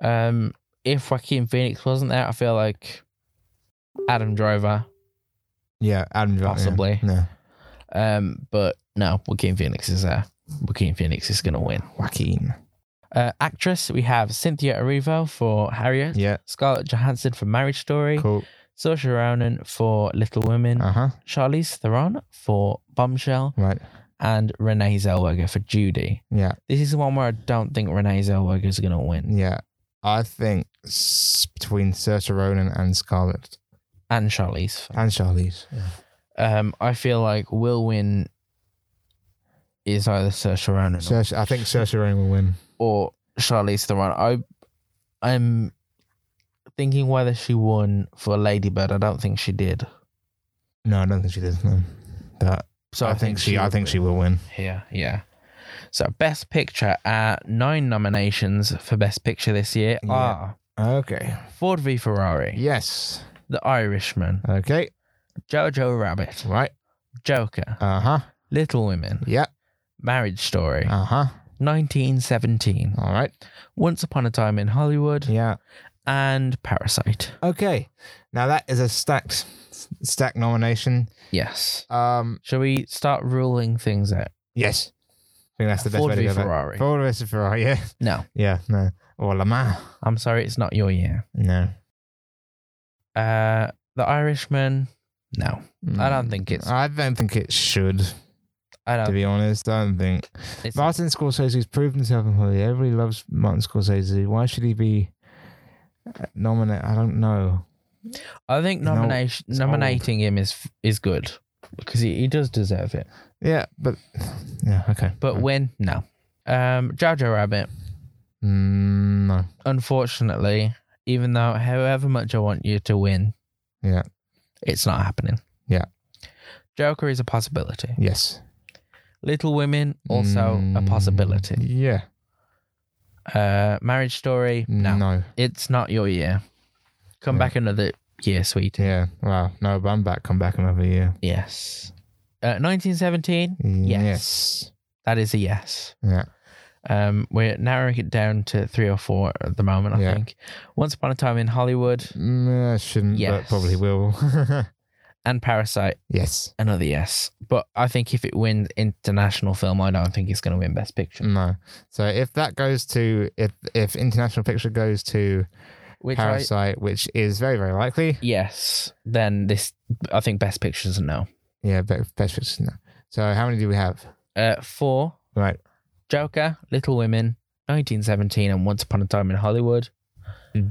D: Um, if Joaquin Phoenix wasn't there, I feel like Adam Driver
C: Yeah, Adam Driver.
D: Possibly.
C: No,
D: Um, but no, Joaquin Phoenix is there. Joaquin Phoenix is going to win.
C: Joaquin.
D: Uh, actress, we have Cynthia Erivo for Harriet,
C: Yeah,
D: Scarlett Johansson for Marriage Story,
C: cool.
D: Saoirse Ronan for Little Women,
C: Uh huh.
D: Charlize Theron for Bombshell,
C: Right.
D: and Renee Zellweger for Judy.
C: Yeah,
D: This is the one where I don't think Renee Zellweger is going to win.
C: yeah. I think s- between Saoirse Ronan and Scarlett
D: And Charlize.
C: and Charlize.
D: Um, I feel like will win is either Saoirse Ronan or
C: Saoirse, I think Saoirse Ronan will win.
D: or Charlize Theron. I I'm thinking whether she won for Ladybird. I don't think she did.
C: No, I don't think she does. No. But
D: So
C: I, think she. I think she will win.
D: Yeah, yeah. So Best Picture, uh, nine nominations for Best Picture this year
C: Yeah.
D: are
C: Okay.
D: Ford v Ferrari,
C: Yes.
D: The Irishman,
C: Okay.
D: Jojo Rabbit,
C: Right.
D: Joker,
C: Uh huh.
D: Little Women,
C: Yeah.
D: Marriage Story,
C: Uh huh.
D: 1917,
C: All right.
D: Once Upon a Time in Hollywood,
C: Ah. Yeah.
D: and Parasite.
C: Okay. Now that is a stacked stacked nomination.
D: Yes.
C: Um
D: Shall we start ruling things out?
C: yes. I think that's the best
D: Ford
C: way to
D: v
C: go. about it.
D: Ferrari.
C: Ford versus Ferrari, yeah.
D: No,
C: Yeah, no. Or Le Mans.
D: I'm sorry, it's not your year.
C: No.
D: Uh, the Irishman. No, I don't think it's.
C: I don't think it should,
D: I
C: to
D: don't.
C: be honest. I don't think.
D: It's,
C: Martin Scorsese's proven himself in Hollywood. Everybody loves Martin Scorsese. Why should he be nominated? I don't know.
D: I think
C: No,
D: nomination
C: it's
D: nominating him is is good because he, he does deserve it.
C: Yeah, but yeah, okay.
D: But when Hmm. no, um, Jojo Rabbit.
C: Mm, no.
D: Unfortunately, even though however much I want you to win,
C: Yeah.
D: it's not happening.
C: Yeah.
D: Joker is a possibility.
C: Yes.
D: Little Women also a
C: Mm,
D: possibility.
C: Yeah.
D: Uh, Marriage Story. No.
C: no.
D: it's not your year. Come
C: Yeah.
D: back another year, sweetie.
C: Yeah. Wow. No, but I'm back. Come back another year.
D: Yes. Uh, 1917.
C: Yes.
D: That is a yes.
C: Yeah.
D: Um, we're narrowing it down to three or four at the moment, I
C: Yeah.
D: think. Once Upon a Time in Hollywood
C: Mm, I shouldn't,
D: Yes.
C: but probably will.
D: and Parasite,
C: yes.
D: another yes. But I think if it wins international film, I don't think it's going to win Best Picture.
C: No. So if that goes to if if international picture goes to
D: Which I,
C: Parasite, which is very very likely.
D: yes, then this, I think Best Picture's a no.
C: Yeah. Be- Best picture. No. So how many do we have?
D: Uh, four,
C: Right. Mm.
D: Joker, Little Women, 1917, and Once Upon a Time in Hollywood. Uh,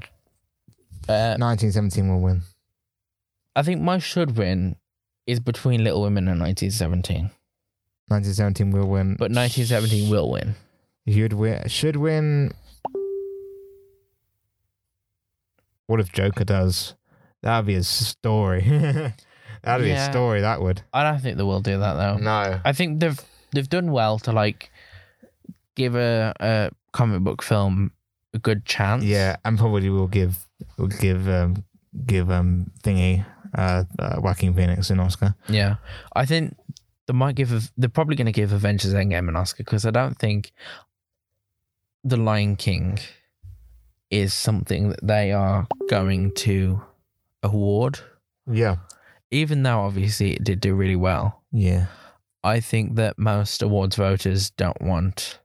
C: 1917 will win.
D: I think my should win is between Little Women and 1917,
C: 1917 will win.
D: but 1917 will win.
C: You'd win. Should win. What if Joker does? That'd be a story. That'd be
D: Yeah.
C: a story. That would.
D: I don't think they will do that though.
C: No.
D: I think they've they've done well to like give a, a comic book film a good chance.
C: Yeah, and probably will give will give um give um thingy uh, uh Joaquin Phoenix an Oscar.
D: yeah. I think they might give. They're probably going to give Avengers Endgame an Oscar because I don't think The Lion King is something that they are going to award.
C: Yeah.
D: Even though obviously it did do really well,
C: Yeah.
D: I think that most awards voters don't want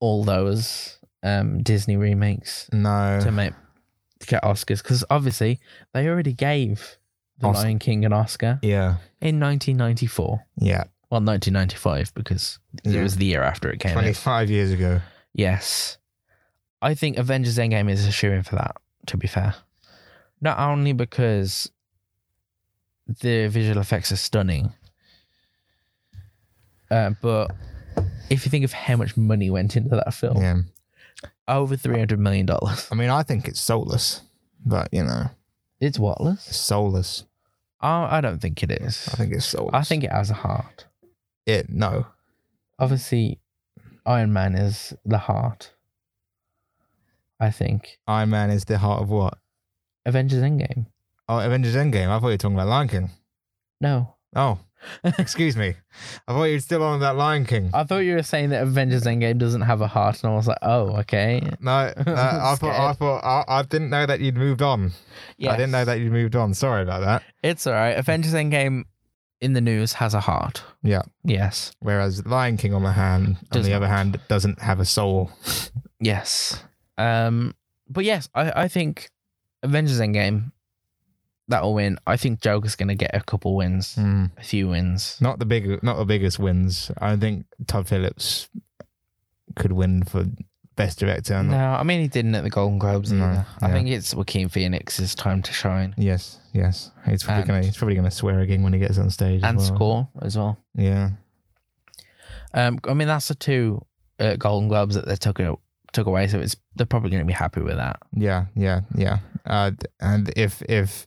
D: all those um, Disney remakes.
C: No.
D: to make to get Oscars because obviously they already gave The
C: Oscar.
D: Lion King an Oscar
C: Yeah.
D: in 1994.
C: Yeah.
D: Well, 1995 because
C: Yeah.
D: it was the year after it came
C: Twenty
D: out.
C: five years ago.
D: Yes, I think Avengers Endgame is a shoe in for that. To be fair, not only because the visual effects are stunning, uh, but if you think of how much money went into that film,
C: Yeah.
D: over 300 million dollars,
C: I mean, I think it's soulless, but you know,
D: it's
C: it's
D: worthless.
C: soulless.
D: Oh, I don't think it is.
C: I think it's soulless.
D: I think it has a heart.
C: it. No.
D: Obviously, Iron Man is the heart. I think
C: Iron Man is the heart of what?
D: Avengers Endgame.
C: Oh, Avengers Endgame. I thought you were talking about Lion King.
D: No,
C: Oh, excuse me. I thought you were still on about Lion King.
D: I thought you were saying that Avengers Endgame doesn't have a heart, and I was like, oh, okay.
C: No, uh, I thought I
D: Scared.
C: thought I, I didn't know that you'd moved on. I didn't know
D: Yes.
C: that you'd moved on. Sorry about that.
D: It's all right. Avengers Endgame in the news has a heart.
C: Yeah.
D: Yes.
C: Whereas Lion King, on the hand, on
D: Does
C: the
D: not.
C: other hand, doesn't have a soul.
D: Yes. Um. But yes, I I think Avengers Endgame that will win. I think Joker's gonna get a couple wins,
C: Hmm.
D: a few wins.
C: Not the big, not the biggest wins. I don't think Todd Phillips could win for best director. I'm
D: No,
C: not-
D: I mean he didn't at the Golden Globes
C: No,
D: either. I
C: yeah.
D: think it's Joaquin Phoenix's time to shine
C: Yes, yes. He's probably
D: And-
C: gonna he's probably gonna swear again when he gets on stage. as
D: and
C: well.
D: score as well.
C: Yeah.
D: Um, I mean that's the two uh, Golden Globes that they took a- took away, so it's they're probably going to be happy with that.
C: Yeah, yeah, yeah. Uh, d- and if if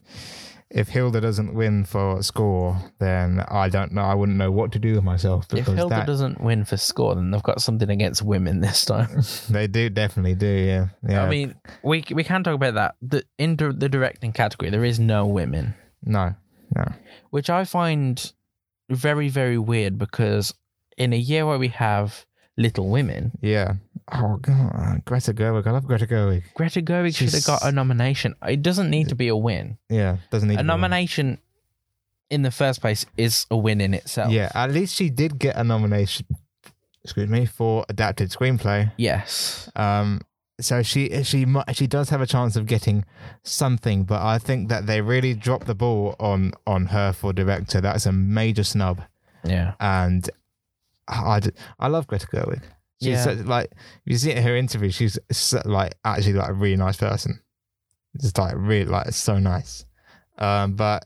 C: if Hilda doesn't win for score, then I don't know. I wouldn't know what to do with myself because
D: if Hilda
C: that
D: doesn't win for score, then they've got something against women this time.
C: they do definitely do. Yeah, yeah.
D: I mean, we we can talk about that. The in dir- the directing category, there is no women,
C: no, no.
D: which I find very very weird because in a year where we have Little Women,
C: Yeah. Oh god, uh, Greta Gerwig. I love Greta Gerwig.
D: Greta Gerwig should have
C: She's-
D: got a nomination. It doesn't need to be a win.
C: Yeah, doesn't need
D: a
C: to be one.
D: nomination in the first place is a win in itself.
C: Yeah, at least she did get a nomination. Excuse me for adapted screenplay.
D: Yes.
C: Um, so she she mu- she does have a chance of getting something, but I think that they really dropped the ball on on her for director. That's a major snub,
D: Yeah.
C: and I, I d- I love Greta Gerwig. She's
D: Yeah.
C: such, like you see in her interview, she's so, like actually like a really nice person. Just like really like so nice, um, but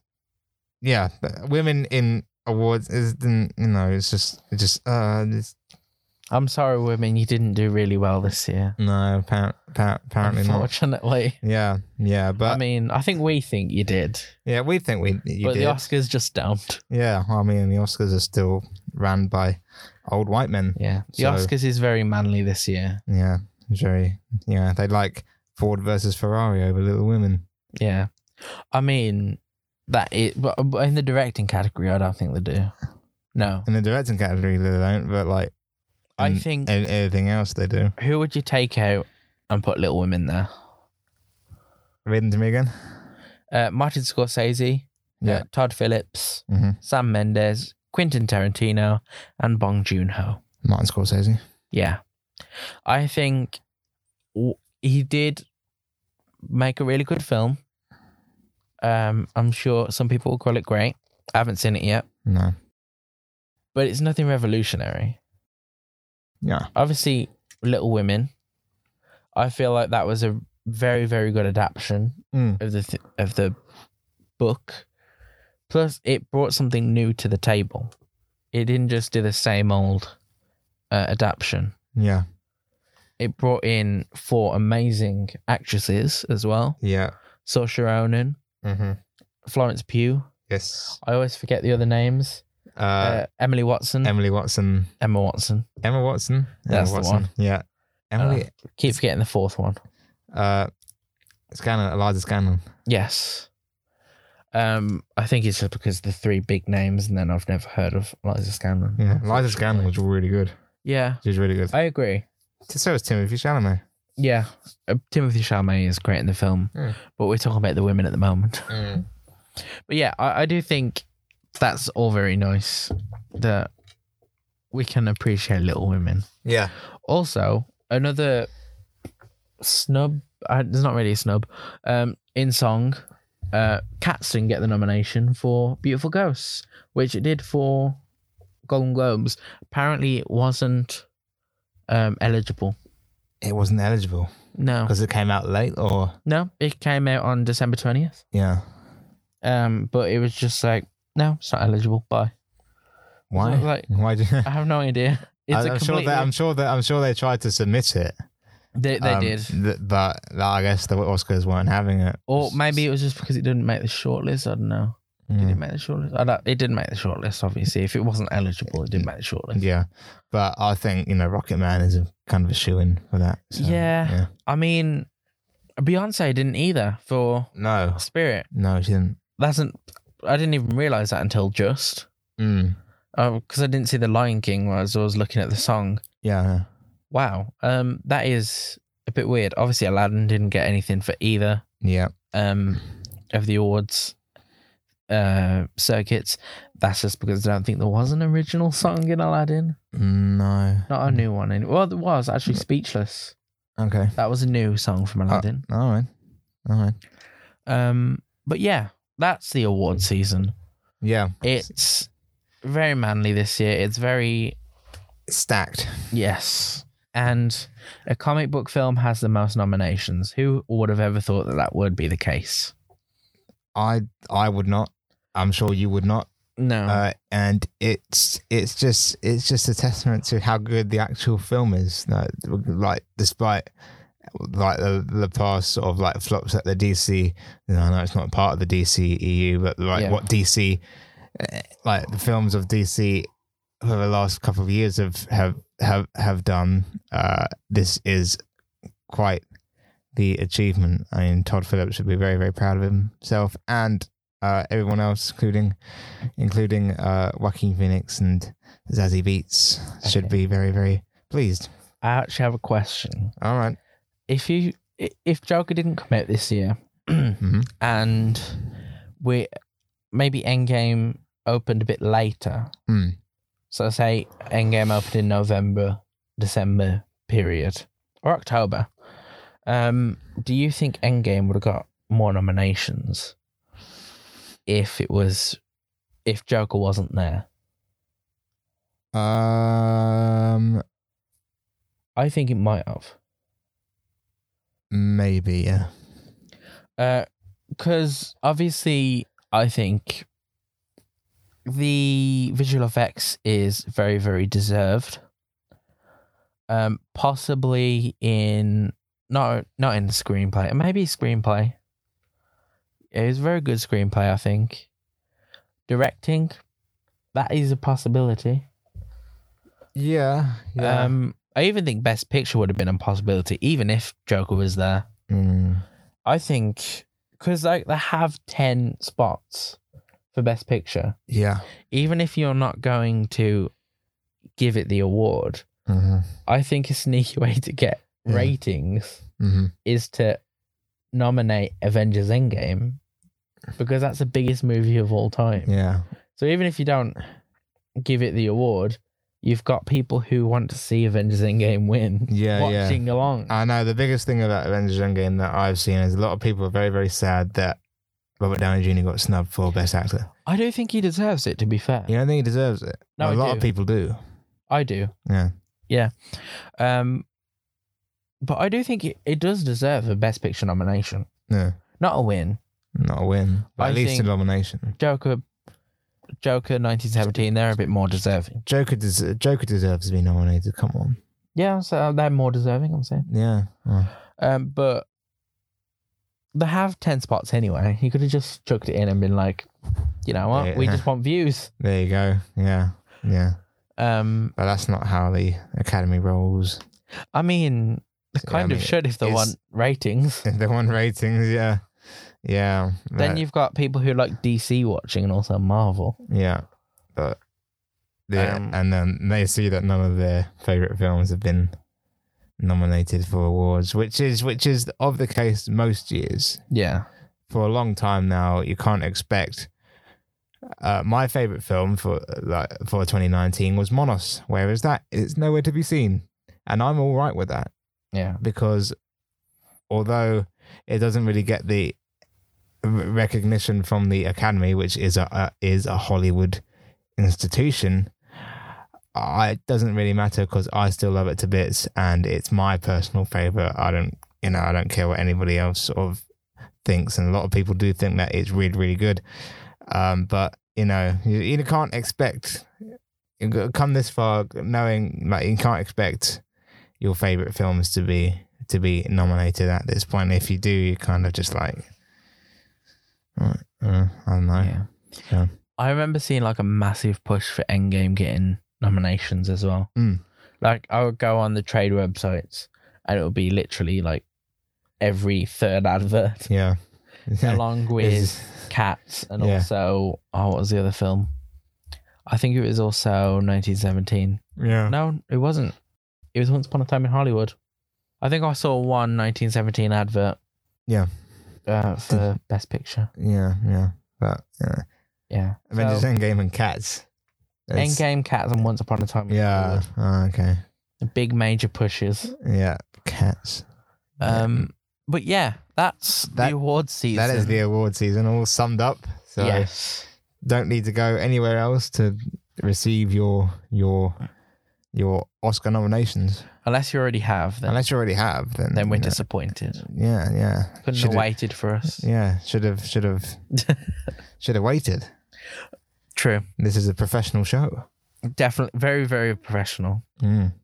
C: yeah, but women in awards isn't you know it's just it's just uh it's,
D: I'm sorry, women, you didn't do really well this year.
C: no apparent, apparent, apparently not.
D: Unfortunately.
C: Yeah, yeah, but
D: I mean, I think we think you did,
C: Yeah, we think we you
D: but
C: did.
D: the Oscars just don't.
C: yeah, I mean the Oscars are still ran by old white men.
D: Yeah. The
C: So-
D: Oscars is very manly this year.
C: Yeah, very. Yeah, they like Ford versus Ferrari over Little Women.
D: Yeah. I mean, that is, but but in the directing category, I don't think they do. No.
C: In the directing category, they don't. But like,
D: I
C: in-
D: think-
C: in anything else they do.
D: Who would you take out and put Little Women there?
C: Read them to me again.
D: Uh, Martin Scorsese,
C: Yeah.
D: uh, Todd Phillips,
C: Mhm.
D: Sam Mendes, Quentin Tarantino, and Bong Joon Ho.
C: Martin Scorsese.
D: Yeah, I think w- he did make a really good film. Um, I'm sure some people will call it great. I haven't seen it yet,
C: No.
D: but it's nothing revolutionary.
C: Yeah.
D: Obviously, Little Women. I feel like that was a very very good adaptation
C: Mm.
D: of the th- of the book. Plus, it brought something new to the table. It didn't just do the same old uh, adaptation.
C: Yeah.
D: It brought in four amazing actresses as well:
C: Yeah.
D: Saoirse Ronan,
C: Mm-hmm.
D: Florence Pugh.
C: Yes.
D: I always forget the other names.
C: Uh,
D: Uh, Emily Watson,
C: Emily Watson.
D: Emma Watson.
C: Emma Watson.
D: That's the
C: Emma Watson.
D: one.
C: Yeah. Emily.
D: Keep forgetting the fourth one.
C: Uh, Scanlon. Eliza Scanlon.
D: Yes. Um, I think it's just because the three big names, and then I've never heard of Liza Scanlon.
C: Yeah. Eliza Scanlon was really good.
D: Yeah,
C: She was really good.
D: I agree.
C: So was Timothy Chalamet.
D: Yeah, uh, Timothy Chalamet is great in the film,
C: Mm.
D: but we're talking about the women at the moment. But yeah, I, I do think that's all very nice that we can appreciate Little Women.
C: Yeah.
D: Also, another snub. Uh, it's not really a snub. Um, in song, uh, Cats didn't get the nomination for Beautiful Ghosts, which it did for Golden Globes. Apparently, it wasn't um, eligible.
C: It wasn't eligible
D: No,
C: because it came out late, or
D: no, it came out on December twentieth.
C: yeah.
D: Um, but it was just like, no, it's not eligible. Bye.
C: Why?
D: So, like-
C: Why? Do,
D: I have no idea. It's
C: I,
D: a
C: I'm sure
D: completely,
C: that I'm sure that I'm sure they tried to submit it.
D: they, they
C: Um,
D: did.
C: th- but like, I guess the Oscars weren't having it.
D: Or maybe it was just because it didn't make the shortlist. I don't know. Did it
C: Mm,
D: make the shortlist? I don't, it didn't make the shortlist, obviously. If it wasn't eligible, it didn't make the shortlist.
C: yeah, but I think you know Rocket Man is a kind of a shoe in for that. so,
D: Yeah. I mean, Beyonce didn't either for
C: No,
D: Spirit.
C: no, she didn't.
D: That's an, I didn't even realize that until just
C: Mm.
D: because I didn't see the Lion King as I was looking at the song.
C: Yeah, yeah.
D: Wow, um, that is a bit weird. Obviously, Aladdin didn't get anything for either
C: yeah.
D: um, of the awards uh, circuits. That's just because I don't think there was an original song in Aladdin.
C: Mm, No.
D: Not a new one. Any- well, there was actually Speechless.
C: Okay.
D: That was a new song from Aladdin.
C: All right. All right.
D: Um, but yeah, that's the award season.
C: Yeah.
D: It's very manly this year. It's very
C: Stacked.
D: yes. And a comic book film has the most nominations. Who would have ever thought that that would be the case?
C: I I would not. I'm sure you would not.
D: No.
C: Uh, and it's it's just it's just a testament to how good the actual film is. Like, like despite like the, the past sort of like flops at the DC. You know, I know it's not part of the DC EU, but like
D: Yeah.
C: what DC, eh, like the films of DC for the last couple of years have have have have done. Uh, this is quite the achievement. I mean, Todd Phillips should be very very proud of himself and uh, everyone else, including including uh, Joaquin Phoenix and Zazie Beats, should
D: Okay.
C: be very very pleased.
D: I actually have a question.
C: All right.
D: If you i- if Joker didn't come out this year,
C: Mhm.
D: and we maybe Endgame opened a bit later.
C: Hmm.
D: So say Endgame opened in November, December period or October. Um, do you think Endgame would have got more nominations if it was if Joker wasn't there?
C: Um,
D: I think it might have.
C: maybe yeah.
D: because Uh, obviously I think the visual effects is very very deserved. Um, possibly in no not in the screenplay, maybe screenplay. It was very good screenplay, I think. Directing, that is a possibility.
C: Yeah.
D: Um, I even think Best Picture would have been a possibility, even if Joker was there.
C: Mm.
D: I think because like they have ten spots for Best Picture.
C: Yeah.
D: Even if you're not going to give it the award,
C: hmm
D: I think a sneaky way to get
C: Yeah.
D: ratings
C: hmm
D: is to nominate Avengers Endgame because that's the biggest movie of all time.
C: Yeah.
D: So even if you don't give it the award, you've got people who want to see Avengers Endgame win
C: Yeah, yeah. Uh,
D: watching along.
C: I know the biggest thing about Avengers Endgame that I've seen is a lot of people are very very sad that Robert Downey Jr. got snubbed for Best Actor.
D: I do think he deserves it. To be fair,
C: You don't think he deserves it?
D: No,
C: a
D: I
C: lot
D: do.
C: of people do.
D: I do.
C: Yeah.
D: Um, But I do think it, it does deserve a Best Picture nomination.
C: No,
D: Not a win.
C: not a win. But
D: I
C: at least a
D: think-
C: nomination.
D: Joker, Joker 1917, they're a bit more deserving.
C: Joker, des- Joker deserves to be nominated. Come on.
D: Yeah, so they're more deserving, I'm saying.
C: Yeah. Oh.
D: Um, but they have 10 spots anyway. You could have just chucked it in and been like, you know what? We
C: Yeah.
D: just want views.
C: There you go. Yeah. Yeah.
D: Um,
C: But that's not how the Academy rolls.
D: I mean, they
C: Yeah, I
D: kind
C: mean,
D: of should if they
C: it's-
D: want ratings.
C: they want ratings. Yeah. Yeah.
D: Then
C: but-
D: you've got people who like DC watching and also Marvel.
C: Yeah. But. Yeah.
D: Um,
C: and then they see that none of their favorite films have been nominated for awards, which is which is of the case most years.
D: Yeah.
C: for a long time now. You can't expect. Uh, my favorite film for like for 2019 was Monos. Whereas that it's nowhere to be seen, and I'm all right with that
D: Yeah.
C: because although it doesn't really get the r- recognition from the Academy, which is a, a is a Hollywood institution, I, it doesn't really matter because I still love it to bits, and it's my personal favorite. I don't, you know, I don't care what anybody else sort of thinks, and a lot of people do think that it's really, really good. Um, but you know, you, you can't expect you go- come this far knowing like you can't expect your favorite films to be to be nominated at this point. If you do, you're kind of just like, "Alright, uh, I don't know.
D: Yeah.
C: Yeah.
D: I remember seeing like a massive push for Endgame getting nominations as well.
C: Mm.
D: Like I would go on the trade websites and it would be literally like every third advert
C: Yeah.
D: along with
C: It's-
D: Cats and
C: Yeah.
D: also oh what was the other film? I think it was also 1917.
C: yeah.
D: No, it wasn't. It was Once Upon a Time in Hollywood. I think I saw one 1917 advert.
C: Yeah.
D: Uh, for Best Picture.
C: Yeah. Yeah. But yeah.
D: Yeah.
C: Avengers
D: so,
C: Endgame and Cats. It's-
D: Endgame, Cats, and Once Upon a Time. in
C: Yeah.
D: Hollywood.
C: Oh, okay.
D: The big major pushes.
C: Yeah. Cats. Yeah.
D: Um, but yeah, that's
C: That-
D: the award season.
C: That is the award season all summed up. So
D: yes.
C: don't need to go anywhere else to receive your your your Oscar nominations.
D: Unless you already have, then
C: Unless you already have, then
D: then we're
C: you know,
D: disappointed.
C: Yeah, yeah.
D: Couldn't
C: Should've-
D: have waited for us.
C: Yeah, should have, should have, should have waited.
D: True.
C: This is a professional show.
D: Definitely, very, very professional.
C: Mm.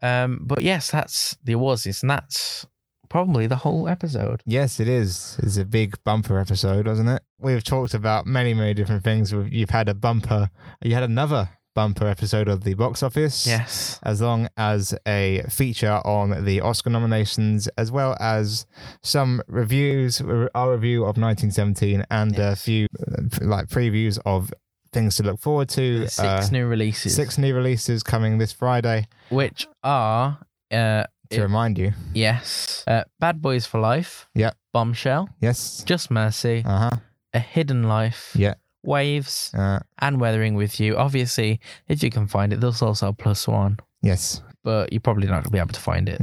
D: Um, but yes, that's the awards season. That's probably the whole episode.
C: Yes, it is. It's a big bumper episode, wasn't it? We've talked about many, many different things. We've- You've had a bumper. You had another bumper episode of the box office.
D: Yes.
C: as long as a feature on the Oscar nominations, as well as some reviews, our review of 1917, and a
D: Yes.
C: few uh, like previews of things to look forward to.
D: Six
C: uh,
D: new releases,
C: six new releases coming this Friday.
D: which are uh,
C: To
D: It-
C: remind you,
D: yes, uh, Bad Boys for Life.
C: Yep.
D: Bombshell.
C: yes,
D: Just Mercy.
C: uh huh,
D: A Hidden Life.
C: Yeah.
D: Waves.
C: uh,
D: and Weathering with You. Obviously, if you can find it, there's also a plus one,
C: yes.
D: but you're probably not going to be able to find it.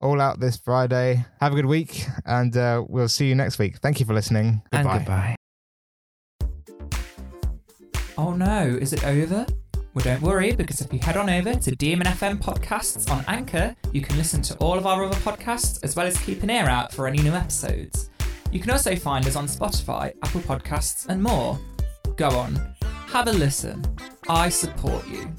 C: All out this Friday. Have a good week, and uh, we'll see you next week. Thank you for listening.
D: And goodbye.
A: Oh no, is it over? Well, don't worry, because if you head on over to DMNFM podcasts on Anchor, you can listen to all of our other podcasts as well as keep an ear out for any new episodes. You can also find us on Spotify, Apple Podcasts, and more. Go on, have a listen. I support you.